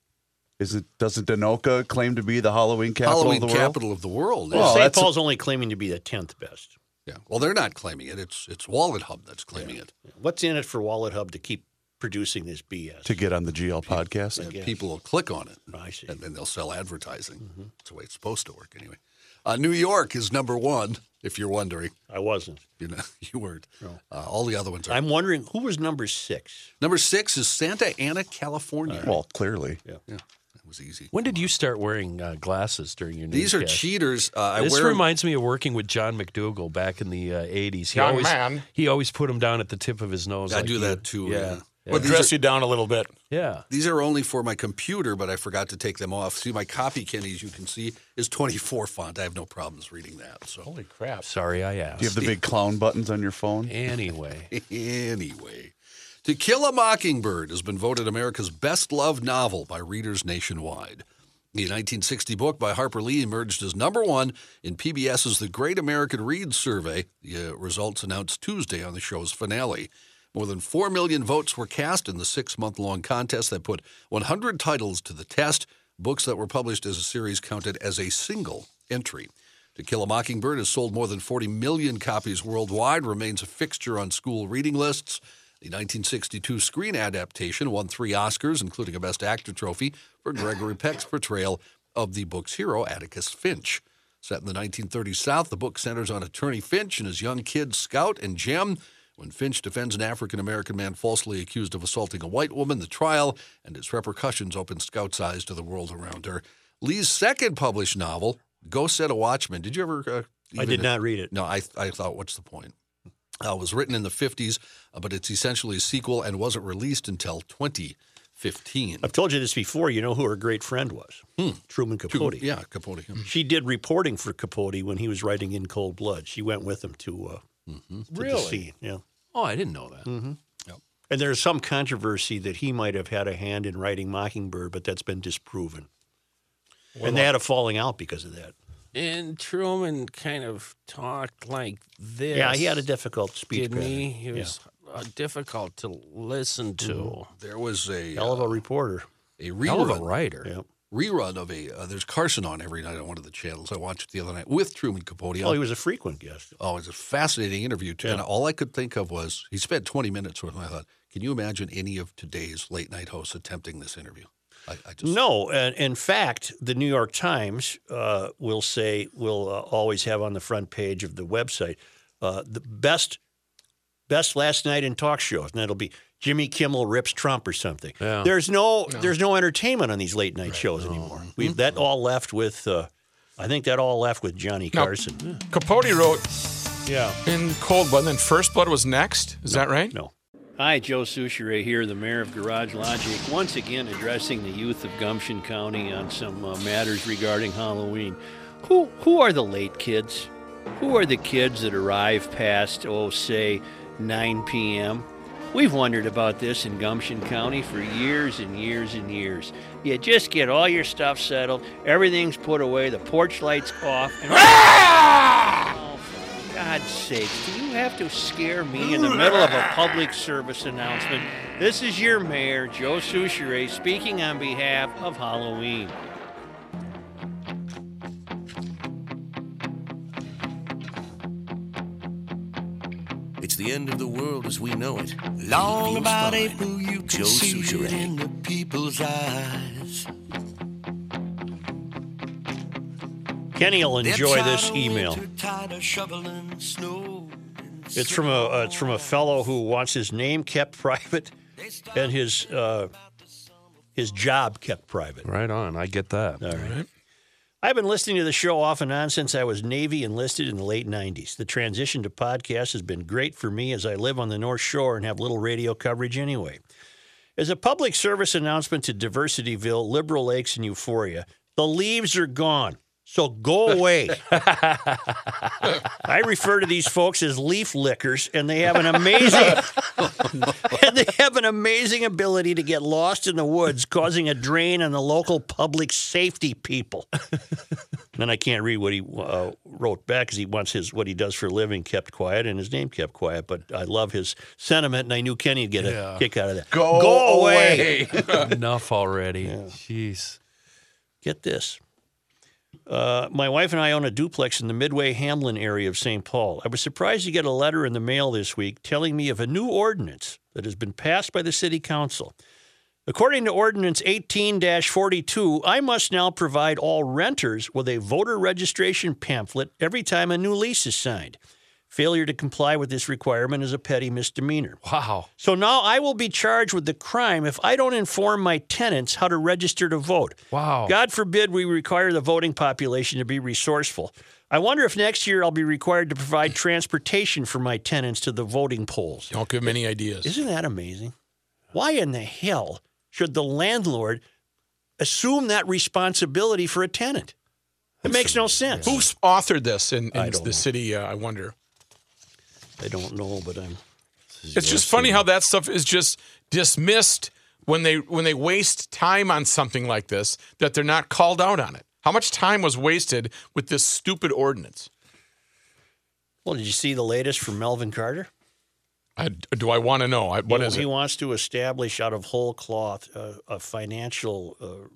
[SPEAKER 5] is it? Doesn't Danoka claim to be the Halloween capital
[SPEAKER 6] Halloween
[SPEAKER 5] of the world?
[SPEAKER 6] capital of the world.
[SPEAKER 5] Well,
[SPEAKER 2] St.
[SPEAKER 5] that's a-
[SPEAKER 2] Paul's only claiming to be the tenth best.
[SPEAKER 6] yeah. well, they're not claiming it. It's it's Wallet Hub that's claiming it.
[SPEAKER 2] What's in it for Wallet Hub to keep producing this BS?
[SPEAKER 5] To get on the GL podcast,
[SPEAKER 6] and people will click on it.
[SPEAKER 2] I see.
[SPEAKER 6] And then they'll sell advertising. That's the way it's supposed to work, anyway. Uh, New York is number one, if you're wondering.
[SPEAKER 2] I wasn't.
[SPEAKER 6] You know, you weren't. Uh, all the other ones are.
[SPEAKER 2] I'm wondering who was number six.
[SPEAKER 6] number six is Santa Ana, California.
[SPEAKER 5] well, clearly,
[SPEAKER 6] yeah, that was easy.
[SPEAKER 3] When did you start wearing uh, glasses during your
[SPEAKER 6] These are
[SPEAKER 3] newscast?
[SPEAKER 6] cheaters. Uh, I
[SPEAKER 3] this
[SPEAKER 6] wear 'em-
[SPEAKER 3] reminds me of working with John McDougall back in the uh, 80s. He
[SPEAKER 1] Young
[SPEAKER 3] always,
[SPEAKER 1] man.
[SPEAKER 3] He always put them down at the tip of his nose.
[SPEAKER 6] I
[SPEAKER 3] like
[SPEAKER 6] do
[SPEAKER 3] you.
[SPEAKER 6] that too. Yeah.
[SPEAKER 1] Well, dress you down a little bit.
[SPEAKER 3] Yeah.
[SPEAKER 6] These are only for my computer, but I forgot to take them off. See, my copy, Kenny, as you can see, is 24 font. I have no problems reading that. So,
[SPEAKER 1] Holy crap.
[SPEAKER 3] Sorry, I
[SPEAKER 5] do you
[SPEAKER 3] asked.
[SPEAKER 5] have the big clown buttons on your phone?
[SPEAKER 3] Anyway,
[SPEAKER 6] Anyway, To Kill a Mockingbird has been voted America's best loved novel by readers nationwide. The 1960 book by Harper Lee emerged as number one in PBS's The Great American Read survey. The uh, results announced Tuesday on the show's finale. More than 4 million votes were cast in the six month long contest that put 100 titles to the test. Books that were published as a series counted as a single entry. To Kill a Mockingbird has sold more than 40 million copies worldwide, remains a fixture on school reading lists. The 1962 screen adaptation won three Oscars, including a Best Actor trophy for Gregory Peck's portrayal of the book's hero, Atticus Finch. Set in the 1930s South, the book centers on attorney Finch and his young kids, Scout and Jim. When Finch defends an African American man falsely accused of assaulting a white woman, the trial and its repercussions open Scout's eyes to the world around her. Lee's second published novel, Go Set a Watchman. Did you ever? Uh,
[SPEAKER 2] I
[SPEAKER 6] even-
[SPEAKER 2] did not read it.
[SPEAKER 6] No, I, I thought, what's the point? Uh, it was written in the 50s, uh, but it's essentially a sequel and wasn't released until 2015.
[SPEAKER 2] I've told you this before. You know who her great friend was? Truman Capote.
[SPEAKER 6] Yeah, Capote. yeah.
[SPEAKER 2] She did reporting for Capote when he was writing In Cold Blood. She went with him to, uh,
[SPEAKER 3] Mm-hmm.
[SPEAKER 2] to the scene. Yeah.
[SPEAKER 3] Oh, I didn't know that.
[SPEAKER 2] And there's some controversy that he might have had a hand in writing Mockingbird, but that's been disproven. and they had a falling out because of that.
[SPEAKER 3] And Truman kind of talked like this.
[SPEAKER 2] Yeah, he had a difficult speech.
[SPEAKER 3] didn't
[SPEAKER 2] pattern.
[SPEAKER 3] he? He was uh, difficult to listen to.
[SPEAKER 6] There was a,
[SPEAKER 2] Hell
[SPEAKER 6] uh,
[SPEAKER 2] of a reporter.
[SPEAKER 6] a
[SPEAKER 3] Hell of a
[SPEAKER 6] rerun
[SPEAKER 3] writer.
[SPEAKER 2] Yeah.
[SPEAKER 6] rerun of a. Uh, there's Carson on every night on one of the channels. I watched it the other night with Truman Capote.
[SPEAKER 2] Oh, he was a frequent guest.
[SPEAKER 6] Oh, it's a fascinating interview. Too. And all I could think of was he spent 20 minutes with him. I thought, can you imagine any of today's late night hosts attempting this interview? I, I just
[SPEAKER 2] No, and in fact, the New York Times uh, will say will uh, always have on the front page of the website uh, the best best last night in talk shows, and that'll be Jimmy Kimmel rips Trump or something.
[SPEAKER 3] Yeah. Mm-hmm.
[SPEAKER 2] There's no, there's no entertainment on these late night shows anymore. We've that all left with. Uh, I think that all left with Johnny
[SPEAKER 1] No.
[SPEAKER 2] Carson.
[SPEAKER 1] Capote wrote
[SPEAKER 2] Yeah.
[SPEAKER 1] in Cold Blood, and then First Blood was next. Is that right?
[SPEAKER 2] No.
[SPEAKER 8] Hi, Joe Souchere here, the mayor of Garage Logic, once again addressing the youth of Gumption County on some uh, matters regarding Halloween. Who who are the late kids? Who are the kids that arrive past oh say 9 p.m.? We've wondered about this in Gumption County for years and years and years. You just get all your stuff settled, everything's put away, the porch lights off, and Oh, for God's sake, do you have to scare me in the middle of a public service announcement? This is your mayor, Joe Souchere, speaking on behalf of Halloween.
[SPEAKER 7] It's the end of the world as we know it.
[SPEAKER 4] Long
[SPEAKER 7] Feels
[SPEAKER 4] about
[SPEAKER 7] fine.
[SPEAKER 4] April, you can
[SPEAKER 7] Joe
[SPEAKER 4] see it
[SPEAKER 7] Souchere.
[SPEAKER 4] in the people's eyes.
[SPEAKER 2] Kenny will
[SPEAKER 4] They're
[SPEAKER 2] enjoy
[SPEAKER 4] tired
[SPEAKER 2] this
[SPEAKER 4] of
[SPEAKER 2] email.
[SPEAKER 4] winter, tired of shoveling snow and
[SPEAKER 2] It's from a uh, it's from a fellow who wants his name kept private and his uh, his job kept private.
[SPEAKER 3] Right on. I get that.
[SPEAKER 2] All right. I've been listening to the show off and on since I was Navy enlisted in the late 90s. The transition to podcasts has been great for me as I live on the North Shore and have little radio coverage anyway. As a public service announcement to Diversityville, Liberal Lakes, and Euphoria, the leaves are gone. So go away. I refer to these folks as leaf lickers, and they have an amazing and they have an amazing ability to get lost in the woods, causing a drain on the local public safety people. then I can't read what he uh, wrote back because he wants his what he does for a living kept quiet and his name kept quiet. But I love his sentiment, and I knew Kenny'd get a kick out of that.
[SPEAKER 5] Go
[SPEAKER 3] Enough already. Jeez.
[SPEAKER 2] Get this. Uh, my wife and I own a duplex in the Midway Hamlin area of St. Paul. I was surprised to get a letter in the mail this week telling me of a new ordinance that has been passed by the city council. According to Ordinance 18 42, I must now provide all renters with a voter registration pamphlet every time a new lease is signed. Failure to comply with this requirement is a petty misdemeanor.
[SPEAKER 3] Wow.
[SPEAKER 2] So now I will be charged with the crime if I don't inform my tenants how to register to vote.
[SPEAKER 3] Wow.
[SPEAKER 2] God forbid we require the voting population to be resourceful. I wonder if next year I'll be required to provide transportation for my tenants to the voting polls.
[SPEAKER 1] Don't give him any ideas.
[SPEAKER 2] Isn't that amazing? Why in the hell should the landlord assume that responsibility for a tenant? It makes no sense.
[SPEAKER 1] Who's authored this in,
[SPEAKER 2] I
[SPEAKER 1] in
[SPEAKER 2] don't
[SPEAKER 1] the
[SPEAKER 2] know.
[SPEAKER 1] city? Uh, I wonder.
[SPEAKER 2] I don't know, but I'm
[SPEAKER 1] It's just funny how that stuff is just dismissed when they when they waste time on something like this that they're not called out on it. How much time was wasted with this stupid ordinance?
[SPEAKER 2] Well, did you see the latest from Melvin Carter?
[SPEAKER 1] I, do I want to know? I, what
[SPEAKER 2] he,
[SPEAKER 1] is
[SPEAKER 2] he
[SPEAKER 1] it?
[SPEAKER 2] wants to establish out of whole cloth uh, a financial uh,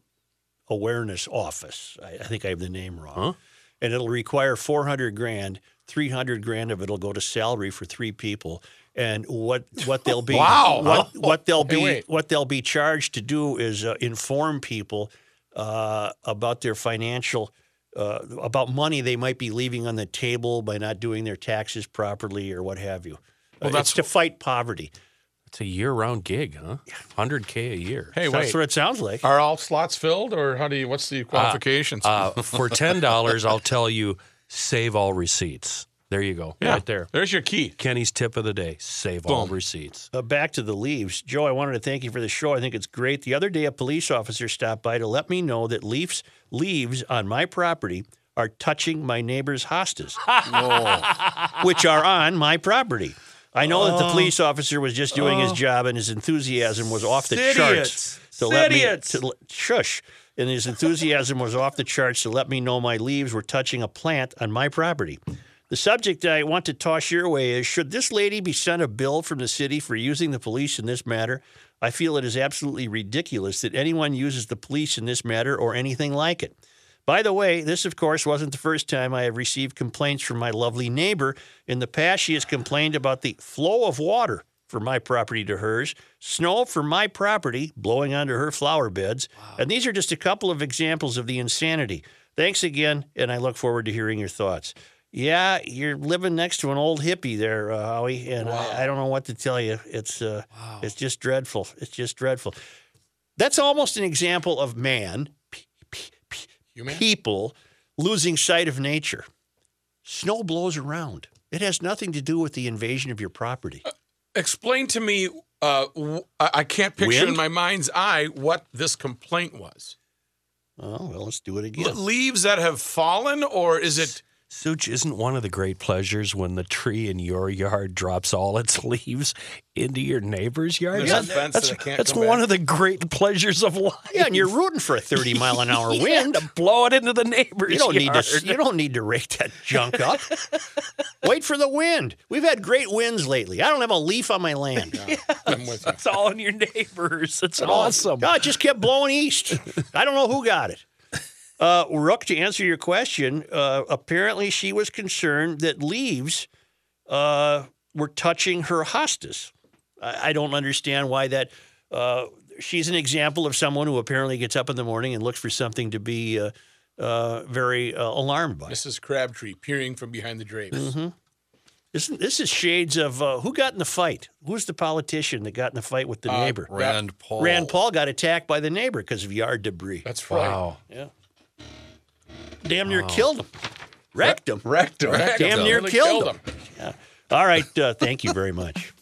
[SPEAKER 2] awareness office. I, I think I have the name wrong. And it'll require 400 grand, 300 grand of it'll go to salary for three people. and what what they'll be
[SPEAKER 1] Wow.
[SPEAKER 2] what, what they'll
[SPEAKER 1] Hey,
[SPEAKER 2] be
[SPEAKER 1] wait.
[SPEAKER 2] what they'll be charged to do is uh, inform people uh, about their financial uh, about money they might be leaving on the table by not doing their taxes properly or what have you. Well,
[SPEAKER 1] that's-
[SPEAKER 2] it's to fight poverty.
[SPEAKER 3] It's a year-round gig, huh? 100k a year.
[SPEAKER 1] Hey,
[SPEAKER 2] That's
[SPEAKER 1] wait.
[SPEAKER 2] what it sounds like.
[SPEAKER 1] Are all slots filled, or how do you? What's the qualifications?
[SPEAKER 3] Uh, for ten dollars, I'll tell you, save all receipts. There you go, right there.
[SPEAKER 1] There's your key.
[SPEAKER 3] Kenny's tip of the day: save all receipts.
[SPEAKER 2] uh, back to the leaves. Joe, I wanted to thank you for the show. I think it's great. The other day, a police officer stopped by to let me know that leaves leaves on my property are touching my neighbor's hostas, which are on my property. I know that the police officer was just doing his job, and his enthusiasm was off the charts. To let me
[SPEAKER 3] Idiots.
[SPEAKER 2] to, l- shush, and his enthusiasm was off the charts to let me know my leaves were touching a plant on my property. The subject I want to toss your way is should this lady be sent a bill from the city for using the police in this matter? I feel it is absolutely ridiculous that anyone uses the police in this matter or anything like it. By the way, this, of course, wasn't the first time I have received complaints from my lovely neighbor. In the past, she has complained about the flow of water from my property to hers, snow from my property blowing onto her flower beds. And these are just a couple of examples of the insanity. Thanks again, and I look forward to hearing your thoughts. Yeah, you're living next to an old hippie there, uh, Howie, and I, I don't know what to tell you. It's uh, it's just dreadful. It's just dreadful. That's almost an example of man, p- p- p-
[SPEAKER 1] Human?
[SPEAKER 2] people losing sight of nature. Snow blows around. It has nothing to do with the invasion of your property.
[SPEAKER 1] Explain to me. Uh, w- I I can't picture
[SPEAKER 2] Wind?
[SPEAKER 1] in my mind's eye what this complaint was.
[SPEAKER 2] Oh well, let's do it
[SPEAKER 1] L-
[SPEAKER 2] again.
[SPEAKER 1] leaves that have fallen, or is it?
[SPEAKER 3] Such isn't one of the great pleasures when the tree in your yard drops all its leaves into your neighbor's yard.
[SPEAKER 1] There's a fence
[SPEAKER 3] that's
[SPEAKER 1] that I can't
[SPEAKER 3] that's
[SPEAKER 1] come
[SPEAKER 3] one
[SPEAKER 1] back.
[SPEAKER 3] of the great pleasures of life.
[SPEAKER 2] Yeah, and you're rooting for a 30 mile an hour wind.
[SPEAKER 3] to blow it into the neighbor's
[SPEAKER 2] You don't need
[SPEAKER 3] yard.
[SPEAKER 2] to. You don't need to rake that junk up. Wait for the wind. We've had great winds lately. I don't have a leaf on my land.
[SPEAKER 1] I'm with you.
[SPEAKER 3] It's all in your neighbors. It's
[SPEAKER 2] Oh,
[SPEAKER 3] awesome.
[SPEAKER 2] No, it just kept blowing east. I don't know who got it. Uh, Rook, to answer your question, uh, apparently she was concerned that leaves uh, were touching her hostas. I, I don't understand why that. Uh, she's an example of someone who apparently gets up in the morning and looks for something to be uh, uh, very uh, alarmed by.
[SPEAKER 1] Mrs. Crabtree peering from behind the drapes.
[SPEAKER 2] Mm-hmm. Isn't, this is shades of uh, who got in the fight? Who's the politician that got in the fight with the neighbor?
[SPEAKER 6] Rand Paul.
[SPEAKER 2] Rand Paul got attacked by the neighbor because of yard debris.
[SPEAKER 1] That's right.
[SPEAKER 2] damn near killed him, wrecked him.
[SPEAKER 5] Rectum.
[SPEAKER 2] Damn near
[SPEAKER 1] Really
[SPEAKER 2] killed, him. All right, uh, thank you very much.